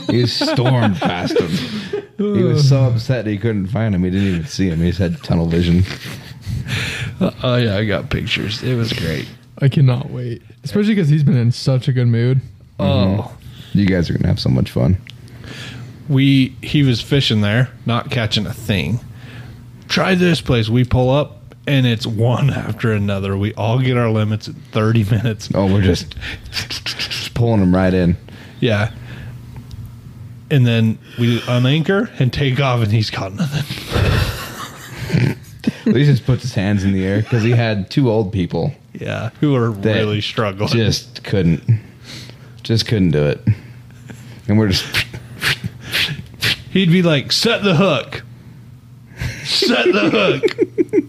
S4: <laughs> he stormed past him. He was so upset he couldn't find him. He didn't even see him. He just had tunnel vision.
S6: Oh, yeah, I got pictures. It was great.
S2: I cannot wait, especially because he's been in such a good mood.
S4: Mm-hmm.
S6: Oh,
S4: You guys are gonna have so much fun.
S6: we he was fishing there, not catching a thing. Try this place. We pull up and it's one after another. We all get our limits in 30 minutes.
S4: Oh, we're just pulling him right in.
S6: Yeah. And then we unanchor and take off, and he's got nothing.
S4: Well, He just puts his hands in the air because he had two old people
S6: Yeah, who are
S4: That
S6: really struggling.
S4: just couldn't, just couldn't do it. And we're just
S6: He'd be like, "Set the hook, set the hook."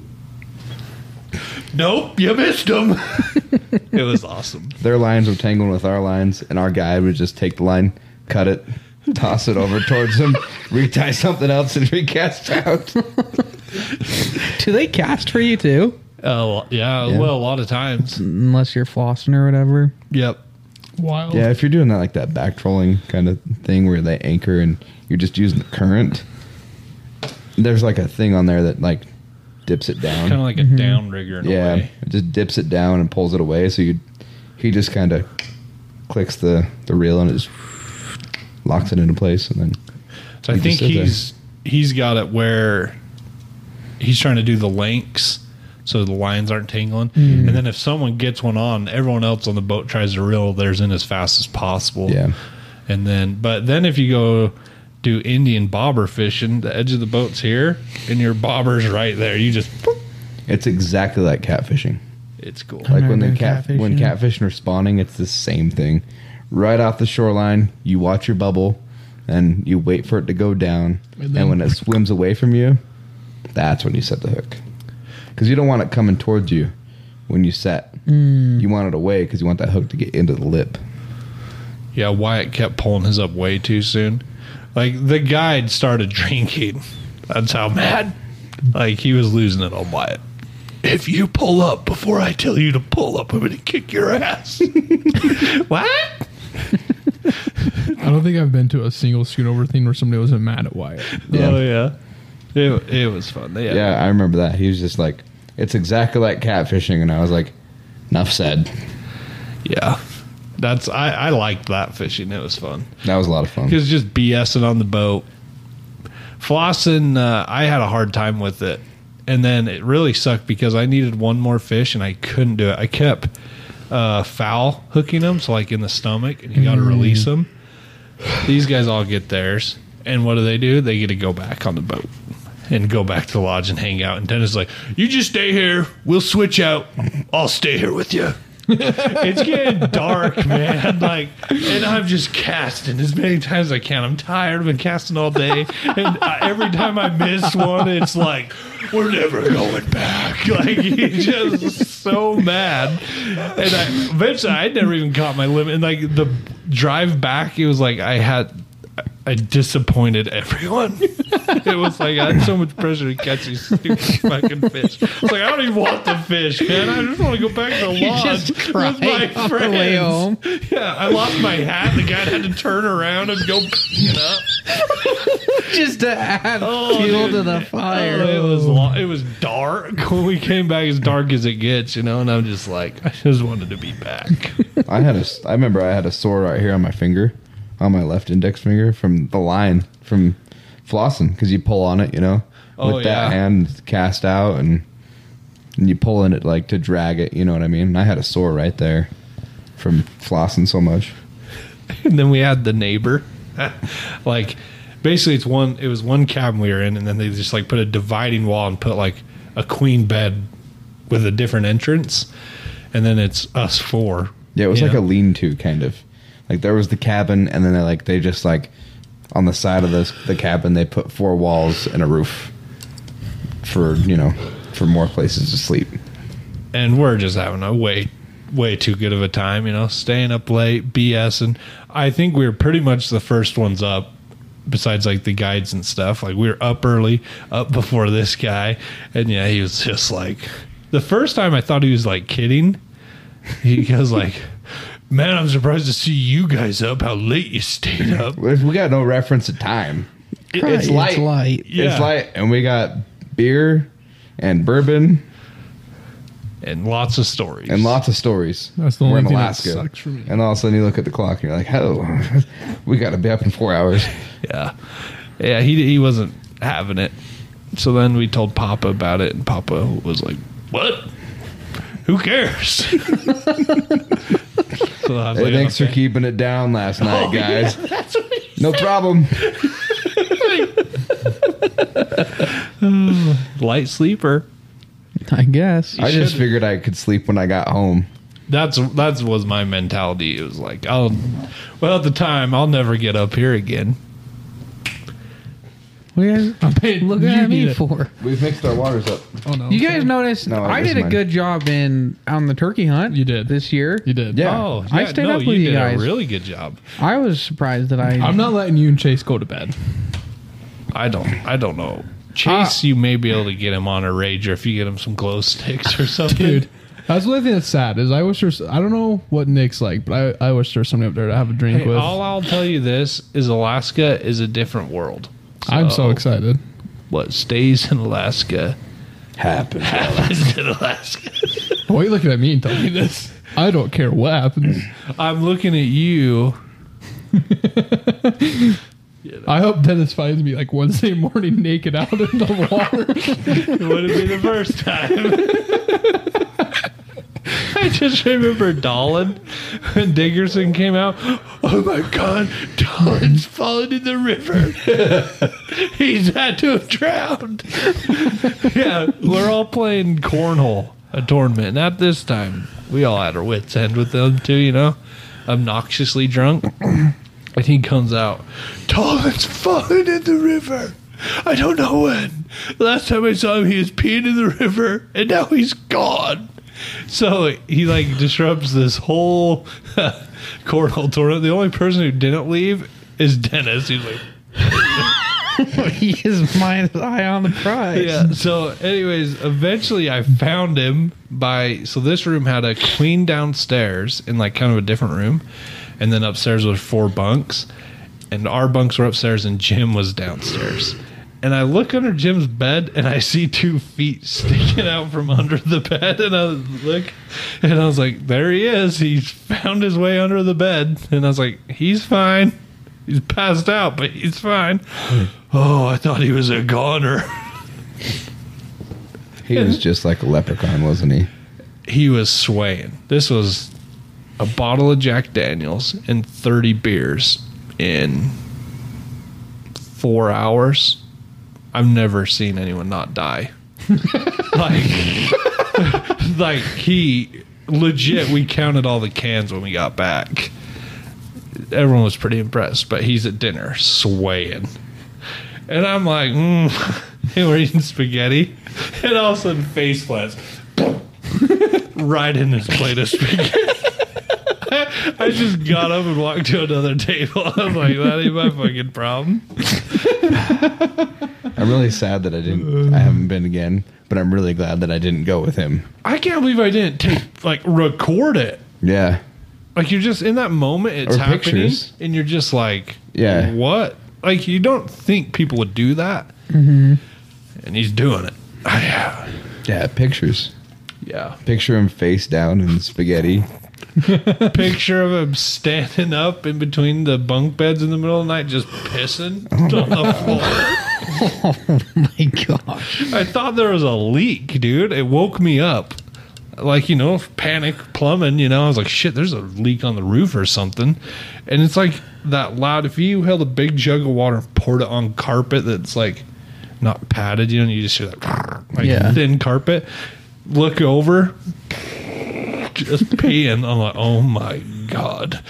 S6: <laughs> nope, you missed him. <laughs> it was awesome.
S4: their lines were tangling with our lines, and our guy would just take the line, cut it, toss it over towards him, retie something else, and <laughs> recast out.
S5: Do they cast for you too?
S6: Oh yeah,
S4: Yeah.
S6: well, a lot of times.
S5: Unless you're flossing or whatever.
S6: Yep.
S2: Wild.
S4: Yeah, if you're doing that like that back trolling kind of thing where they anchor and you're just using the current, there's like a thing on there that like dips it down.
S6: Kind of like a downrigger in
S4: Mm-hmm. yeah,
S6: a way.
S4: it just dips it down and pulls it away. So you, he just kind of clicks the the reel and it just locks it into place, and then
S6: So I
S4: You just
S6: think
S4: said that.
S6: he's he's got it where he's trying to do the links so the lines aren't tangling.
S4: Mm.
S6: And then if someone gets one on, everyone else on the boat tries to reel theirs in as fast as possible.
S4: Yeah.
S6: And then but then if you go do Indian bobber fishing, the edge of the boat's here and your bobber's right there. You just boop,
S4: it's exactly like catfishing.
S6: it's cool.
S4: Like
S5: never
S4: when the
S5: done
S4: cat
S5: catfishing.
S4: when catfishing are spawning, it's the same thing. Right off the shoreline, you watch your bubble, and you wait for it to go down. And,
S2: then-
S4: when it swims away from you, that's when you set the hook, because you don't want it coming towards you when you set. You want it away because you want that hook to get into the lip.
S6: Yeah, Wyatt kept pulling his up way too soon. Like the guide started <laughs> drinking. That's how mad. Like he was losing it on Wyatt. If you pull up before I tell you to pull up, I'm gonna kick your ass. <laughs> what?
S2: I don't think I've been to a single schoonover thing where somebody wasn't mad at
S6: <laughs>
S2: Wyatt.
S4: Yeah.
S6: Oh yeah. It, it was fun. Yeah.
S4: Yeah, I remember that. He was just like, "It's exactly like catfishing," and I was like, "Enough said."
S6: Yeah. That's I, I liked that fishing. It was fun.
S4: That was a lot of fun.
S6: Because just BSing on the boat. Flossing, uh, I had a hard time with it. And then it really sucked because I needed one more fish and I couldn't do it. I kept uh, foul hooking them, so like in the stomach, and you got to release them. These guys all get theirs. And what do they do? They get to go back on the boat and go back to the lodge and hang out. And Dennis is like, You just stay here. We'll switch out. I'll stay here with you it's getting dark, man. Like, and I'm just casting as many times as I can. I'm tired. I've been casting all day, and I, every time I miss one, it's like we're never going back. <laughs> Like he's just so mad. And I, eventually, I never even caught my limit. And like the drive back, it was like I had. I disappointed everyone. <laughs> it was like I had so much pressure to catch these stupid fucking fish. It's like I don't even want the fish, man. I just want to go back to the lodge
S5: just
S6: with
S5: cried
S6: my
S5: on the
S6: friends.
S5: way home.
S6: Yeah, I lost my hat. The guy had to turn around and go pick it up.
S5: <laughs> just to add
S6: Oh,
S5: fuel
S6: dude.
S5: to the fire.
S6: Oh, it was lo- it was dark <laughs> when we came back, as dark as it gets, you know. And I'm just like, I just wanted to be back.
S4: I had a. s- I remember I had a sore right here on my finger, on my left index finger from the line from flossing because you pull on it, you know,
S6: Oh,
S4: with
S6: yeah.
S4: that hand cast out and, and you pull in it like to drag it. You know what I mean? And I had a sore right there from flossing so much.
S6: <laughs> and then we had the neighbor, <laughs> like, basically, it's one. It was one cabin we were in, and then they just like put a dividing wall and put like a queen bed with a different entrance, and then it's us four.
S4: Yeah, it was
S6: you
S4: like
S6: know?
S4: a lean-to kind of. Like there was the cabin, and then they like they just like on the side of the the cabin they put four walls and a roof for you know for more places to sleep.
S6: and we're just having a way way too good of a time you know staying up late bs and i think we were pretty much the first ones up besides like the guides and stuff like we were up early up before this guy and yeah he was just like the first time i thought he was like kidding he <laughs> goes like man i'm surprised to see you guys up how late you
S4: <laughs>
S6: stayed up
S4: If we got no reference of time. it's light.
S5: It's light.
S6: Yeah.
S4: It's light, and we got beer and bourbon
S6: and lots of stories
S4: and lots of stories.
S2: That's the
S4: We're
S2: only
S4: in
S2: thing that
S4: Alaska.
S2: sucks for me.
S4: And all of a sudden, you look at the clock, and you're like, "Oh, <laughs> we got to be up in four hours."
S6: Yeah, yeah. He he wasn't having it. So then we told Papa about it, and Papa was like, "What? Who cares?" <laughs> so I was
S4: Hey,
S6: like,
S4: thanks for keeping it down last night, guys. no problem.
S6: light sleeper.
S5: I guess.
S4: I just figured I could sleep when I got home.
S6: That's that's was my mentality. It was like, "I'll." Well, at the time, I'll never get up here again.
S5: What are you guys looking
S2: you
S5: at me
S2: did it.
S5: for?
S4: We've mixed our waters up.
S2: Oh no,
S5: You guys noticed
S4: No, it
S5: I did
S4: was
S5: a
S4: mine.
S5: good job in on the turkey hunt.
S2: You did.
S5: this year.
S2: you did.
S4: Yeah.
S6: Oh,
S5: I
S6: yeah,
S5: stayed
S6: no,
S5: up with you
S6: did
S5: guys.
S6: A really good job.
S5: I was surprised that I.
S2: I'm not letting you and Chase go to bed.
S6: I don't. I don't know. Chase,
S5: Uh,
S6: you may be able to get him on a rager if you get him some
S5: <laughs>
S6: glow sticks or something.
S2: dude. That's the only thing that's sad is I wish there's I don't know what Nick's like, but I, I wish there's somebody up there to have a drink
S6: Hey,
S2: with.
S6: all I'll tell you this is Alaska is a different world.
S2: I'm so excited.
S6: What stays in Alaska
S4: Happen.
S6: happens in Alaska.
S2: Why are you looking at me and telling me this? I don't care what happens.
S6: I'm looking at you.
S2: I hope Dennis finds me like Wednesday morning naked out in the water.
S6: It wouldn't be the first time. <laughs> I just remember Dolan when Dickerson came out. Oh my God, Dolan's fallen in the river. <laughs> He's had to have drowned. <laughs> yeah, we're all playing cornhole, a tournament. Not this time. We all had our wits end with them too, you know, obnoxiously drunk. And he comes out. Dolan's fallen in the river. I don't know when. Last time I saw him, he was peeing in the river, and now he's gone. So he like disrupts this whole <laughs> cornhole tournament. The only person who didn't leave is Dennis. He's like,
S5: he is my eye on the prize.
S6: yeah. So, anyways, eventually I found him by. So this room had a queen downstairs in like kind of a different room, and then upstairs was four bunks, and our bunks were upstairs and Jim was downstairs. And I look under Jim's bed and I see two feet sticking out from under the bed. And I look and I was like, there he is. He's found his way under the bed. And I was like, he's fine. He's passed out, but he's fine. Oh, I thought he was a goner. <laughs>
S4: He was just like a leprechaun, wasn't he?
S6: he was swaying. This was a bottle of Jack Daniels and 30 beers in four hours. I've never seen anyone not die. like, <laughs> like he legit. We counted all the cans when we got back. Everyone was pretty impressed, but he's at dinner swaying, and I'm like, mm. <laughs> and we're eating spaghetti, and all of a sudden face plants right in his plate of spaghetti. <laughs> I just got up and walked to another table. <laughs> I'm like, that ain't my fucking problem.
S4: I'm really sad that I didn't. I haven't been again, but I'm really glad that I didn't go with him.
S6: I can't believe I didn't take like record it.
S4: Yeah,
S6: Like you're just in that moment, it's
S4: Or
S6: happening,
S4: pictures.
S6: and you're just like,
S4: Yeah.
S6: what? Like you don't think people would do that, and he's doing it.
S4: yeah. Pictures.
S6: Yeah,
S4: Picture him face down in spaghetti.
S6: picture of him standing up in between the bunk beds in the middle of the night, just pissing on the
S5: <laughs>
S6: floor.
S5: Oh, My gosh.
S6: I thought there was a leak, dude. It woke me up. Like, you know, panic plumbing, you know, I was like, shit, there's a leak on the roof or something. And it's like that loud. If you held a big jug of water and poured it on carpet that's like not padded, you know, and you just hear that like
S5: Yeah.
S6: thin carpet, look over, just peeing. I'm like, oh my God.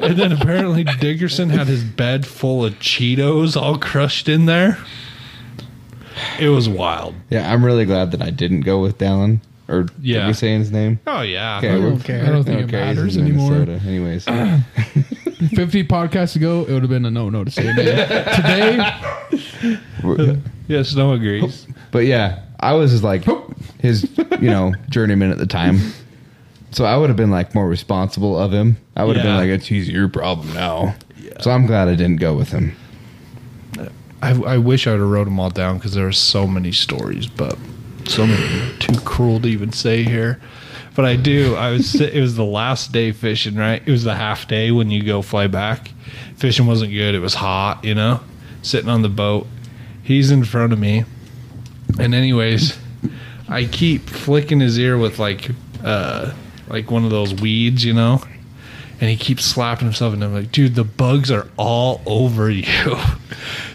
S6: And then apparently Dickerson had his bed full of Cheetos all crushed in there. It was wild.
S4: Yeah, I'm really glad that I didn't go with Dallin. Or yeah,
S6: Yeah.
S4: did we say his name?
S6: Oh yeah.
S4: Okay, we're-
S2: care. I don't think it
S4: okay, he's
S2: matters
S4: in
S2: anymore.
S4: Minnesota. Anyways,
S2: <clears throat> 50 podcasts ago, it would have been a no no to say a
S5: <laughs>
S2: name. Today,
S4: We're-
S6: Yes, no agrees.
S4: but yeah, I was just like his, you know, journeyman at the time. So I would have been like more responsible of him. I would have
S6: Yeah.
S4: been like, it's easy, your problem now. So I'm glad I didn't go with him.
S6: I, I wish I would have wrote them all down because there are so many stories, but so many too cruel to even say here. But I do. I was. sit- it was the last day fishing, right? It was the half day when you go fly back. Fishing wasn't good. It was hot, you know. Sitting on the boat, he's in front of me, and anyways, I keep flicking his ear with like, uh, like one of those weeds, you know. and he keeps slapping himself and I'm like, dude, the bugs are all over <laughs> you.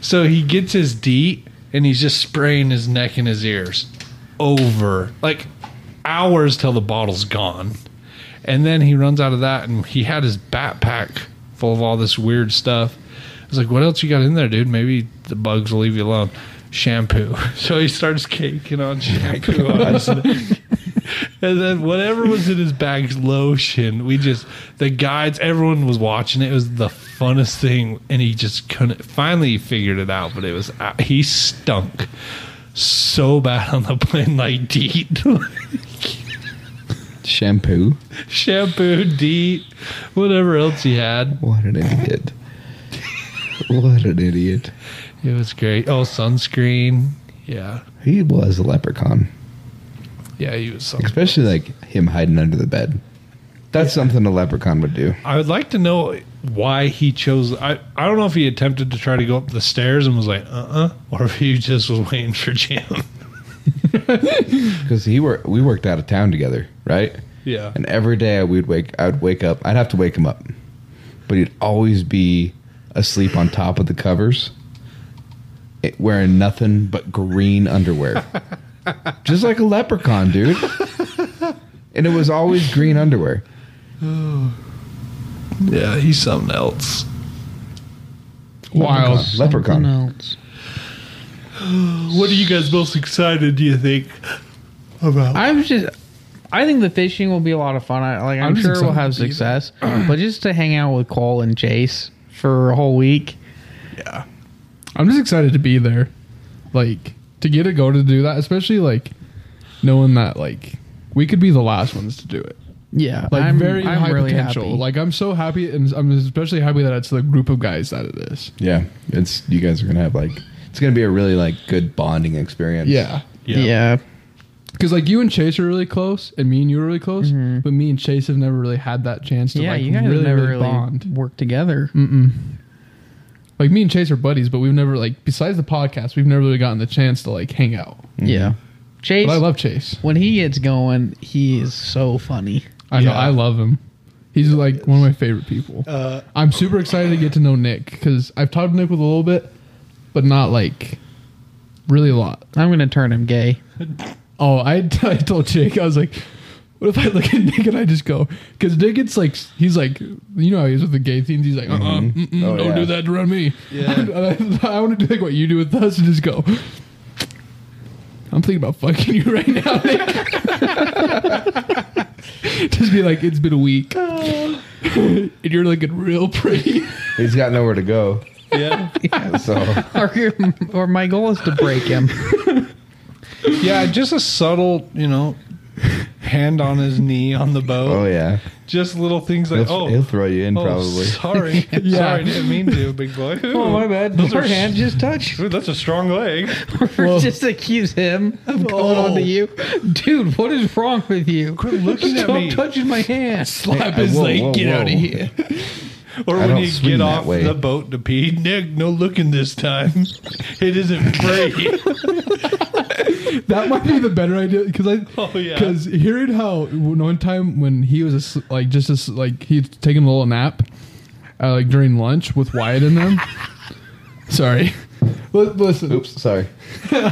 S6: so he gets his DEET and he's just spraying his neck and his ears over like hours till the bottle's gone. And then he runs out of that and he had his backpack full of all this weird stuff. I was like, what else you got in there, dude? Maybe the bugs will leave you alone. Shampoo. <laughs> So he starts caking on shampoo on his <laughs> and then whatever was in his bag's lotion, we just the guides, everyone was watching it. It was the funnest thing, and he just couldn't. Finally, he figured it out, but it was uh, he stunk so bad on the plane, <laughs> like deet,
S4: Shampoo.
S6: shampoo, deet, whatever else he had.
S4: What an idiot. what an idiot.
S6: It was great. Oh, sunscreen. Yeah,
S4: He was a leprechaun,
S6: yeah, he was. Something.
S4: especially like him hiding under the bed. That's something a leprechaun would do.
S6: I would like to know why he chose. I, I don't know if he attempted to try to go up the stairs and was like, uh uh or if he just was waiting for Jim.
S4: Because he were we worked out of town together, right?
S6: <laughs> Yeah.
S4: And every day I would wake I would wake up. I'd have to wake him up. But he'd always be asleep on top of the covers. it- Wearing nothing but green underwear. Just like a leprechaun, dude. And it was always green underwear.
S6: Yeah, he's something else.
S2: wild.
S4: Leprechaun.
S5: Something else.
S6: What are you guys most excited? Do you think about?
S5: I was just. I think the fishing will be a lot of fun. I, like I'm,
S2: I'm just
S5: sure we'll
S2: excited
S5: have
S2: to be
S5: success, but just to hang out with Cole and Chase for a whole week.
S2: I'm just excited to be there. Like, to get a go to do that, especially like knowing that, like, we could be the last ones to do it.
S5: Yeah,
S2: Like,
S5: I'm
S2: very
S5: I'm
S2: high
S5: really
S2: potential.
S5: happy.
S2: Like, I'm so happy, and I'm especially happy that it's the group of guys that it is.
S4: Yeah. It's you guys are gonna have like it's gonna be a really like good bonding experience.
S2: Yeah.
S5: yeah.
S2: Because, like, you and Chase are really close, and me and you are really close, but me and Chase have never really had that chance to,
S5: Mm-hmm. Yeah,
S2: like,
S5: you guys
S2: really,
S5: never
S2: really,
S5: really
S2: bond.
S5: worked together.
S2: Like, me and Chase are buddies, but we've never, like, besides the podcast, we've never really gotten the chance to, like, hang out.
S5: Yeah,
S1: Mm-hmm.
S5: Chase.
S2: But I love Chase.
S5: when he gets going, he is so funny.
S2: I know.
S6: Yeah.
S2: I love him. He's like one of my favorite people. I'm super excited to get to know Nick because I've talked to Nick with a little bit, but not like really a lot.
S5: I'm gonna turn him gay.
S2: Oh, I, <laughs> I told Jake, I was like, what if I look at Nick and I just go? Because Nick gets like, he's like, you know how he is with the gay things. He's like, uh uh mm-mm,
S4: Oh,
S2: don't
S4: yeah.
S2: do that around me. <laughs>
S6: Yeah.
S2: I, want to do like what you do with us and just go, I'm thinking about fucking you <laughs> right now, Nick. just be like, it's been a week. <laughs> and you're looking real pretty.
S4: He's got nowhere to go.
S6: <laughs> Yeah.
S4: So
S1: or,
S5: <laughs>
S1: or my goal is to break him.
S6: Yeah, just a subtle, you know, hand on his knee on the bow.
S4: oh yeah,
S6: Just little things like,
S4: he'll,
S6: oh,
S4: he'll throw you in
S6: oh,
S4: probably. <laughs>
S6: sorry. Sorry, didn't mean to, big <laughs> boy.
S1: oh my bad.
S6: Those
S1: Did our
S6: are-
S1: hand just touch?
S6: Ooh, that's a strong leg.
S1: <laughs> Or just accuse him of going
S6: Oh,
S1: on to you, dude. What is wrong with you?
S6: Quit looking at
S1: Stop
S6: me.
S1: touching my hand.
S2: Slap his
S4: whoa,
S2: leg.
S4: whoa,
S2: Get
S4: whoa.
S2: out of here.
S6: Or
S4: don't
S6: when you
S4: swing
S6: get
S4: that
S6: off
S4: way.
S6: the boat to pee, Nick, no looking this time. <laughs> It isn't
S4: <laughs>
S6: free.
S2: That might be the better idea because I,
S6: Oh, yeah.
S2: because hearing how when one time when he was as- like just as, like he'd taken a little nap, uh, like during lunch with Wyatt in them. Sorry,
S4: <laughs>
S2: Li- listen,
S4: Oops,
S6: <laughs>
S4: sorry.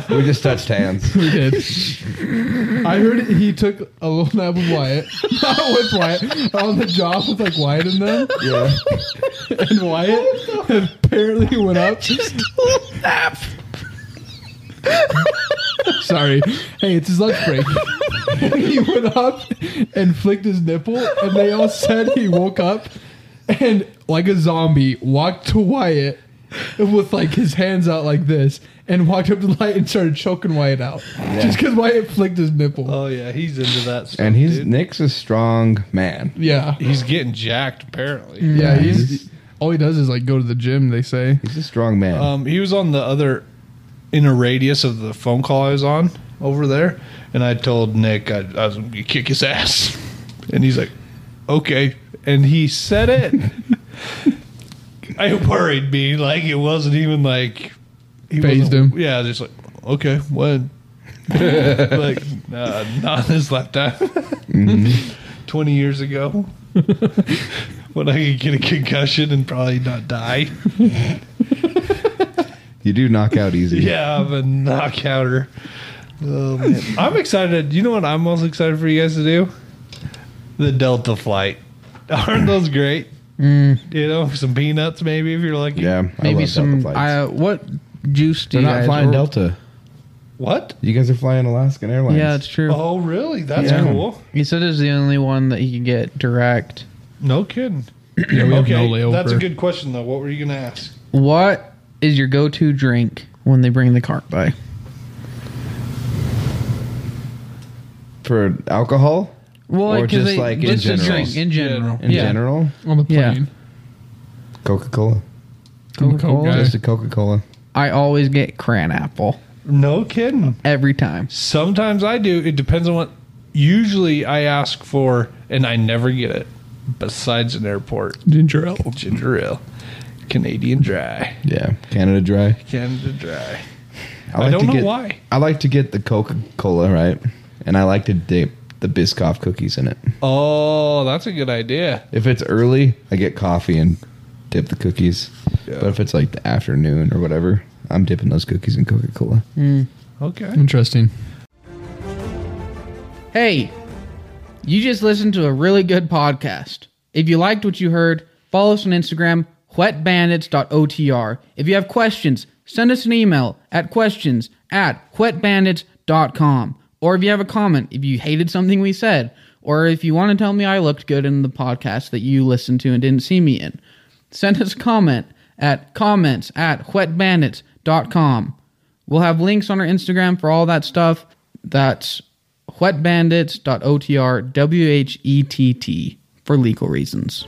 S4: we just touched hands.
S2: we did. I heard he took a little nap with Wyatt, <laughs> not with Wyatt, on the job with like Wyatt in them,
S4: Yeah.
S2: <laughs> and Wyatt apparently went
S1: <laughs>
S2: up.
S1: Just a little nap.
S2: Sorry, hey, it's his lunch break. <laughs> And he went up and flicked his nipple, and they all said he woke up and, like a zombie, walked to Wyatt with like his hands out like this, and walked up to the light and started choking Wyatt out just because Wyatt flicked his nipple.
S6: oh, yeah, he's into that stuff.
S4: And he's
S6: dude.
S4: Nick's a strong man.
S2: yeah,
S6: he's getting jacked, apparently.
S2: yeah,
S4: he's-
S2: he's all he does is like go to the gym. They say
S4: He's a strong man.
S6: Um, he was on the other inner radius of the phone call I was on over there, and I told Nick I, I was going to kick his ass, <laughs> and he's like, "Okay," and he said
S2: <laughs>
S6: it. I worried me like it wasn't even like he
S2: Phased
S6: wasn't-
S2: him.
S6: Yeah, just like okay,
S2: <laughs>
S6: when like uh, not this lifetime.
S2: Mm-hmm.
S6: <laughs> Twenty years ago, <laughs> when I could get a concussion and probably not die.
S4: you do knock out easy.
S6: <laughs> Yeah, I'm a knockouter. Oh, man. I'm excited. You know what I'm most excited for you guys to do? The Delta flight. <laughs> Aren't those great? You know, some peanuts maybe if you're lucky.
S4: Yeah. I
S1: Maybe
S4: love Delta
S1: some.
S4: flights.
S1: I, what juice do
S4: They're
S1: you
S4: not
S1: guys?
S4: flying
S1: or-
S4: Delta.
S6: What?
S4: You guys are flying Alaskan Airlines.
S1: Yeah, it's true.
S6: Oh, really? That's
S1: Yeah.
S6: cool.
S1: He said it's the only one that he could get direct.
S6: No kidding.
S2: yeah, we have
S6: okay,
S2: no layover.
S6: that's a good question though. What were you gonna ask?
S1: What is your go-to drink when they bring the cart by?
S4: for alcohol
S1: Well,
S4: Or
S1: 'cause
S4: just, like, in
S1: just a
S4: general.
S1: drink in general.
S4: in
S1: yeah.
S4: general.
S2: on the
S1: Yeah.
S2: plane.
S4: Coca Cola.
S2: I'm a Coke
S1: Coca-Cola.
S2: guy.
S4: Just a Coca Cola.
S1: I always get cran apple
S6: No kidding.
S1: every time.
S6: Sometimes I do. It depends on what usually I ask for and I never get it. Besides an airport.
S2: ginger ale.
S6: Ginger ale. Canadian dry.
S4: Yeah. Canada Dry.
S6: Canada Dry.
S4: I,
S6: I
S4: like
S6: don't
S4: to
S6: know
S4: get,
S6: why.
S4: I like to get the Coca Cola, right? And I like to dip the Biscoff cookies in it.
S6: Oh, that's a good idea.
S4: If it's early, I get coffee and dip the cookies. But if it's like the afternoon or whatever, I'm dipping those cookies in Coca Cola.
S6: Okay.
S2: Interesting.
S1: Hey, you just listened to a really good podcast. If you liked what you heard, follow us on Instagram, whetbandits.otr. If you have questions, send us an email at questions at whetbandits.com. Or if you have a comment, if you hated something we said, or if you want to tell me I looked good in the podcast that you listened to and didn't see me in, send us a comment at comments at whetbandits.com. We'll have links on our Instagram for all that stuff. That's whetbandits.otr, W H E T T, for legal reasons.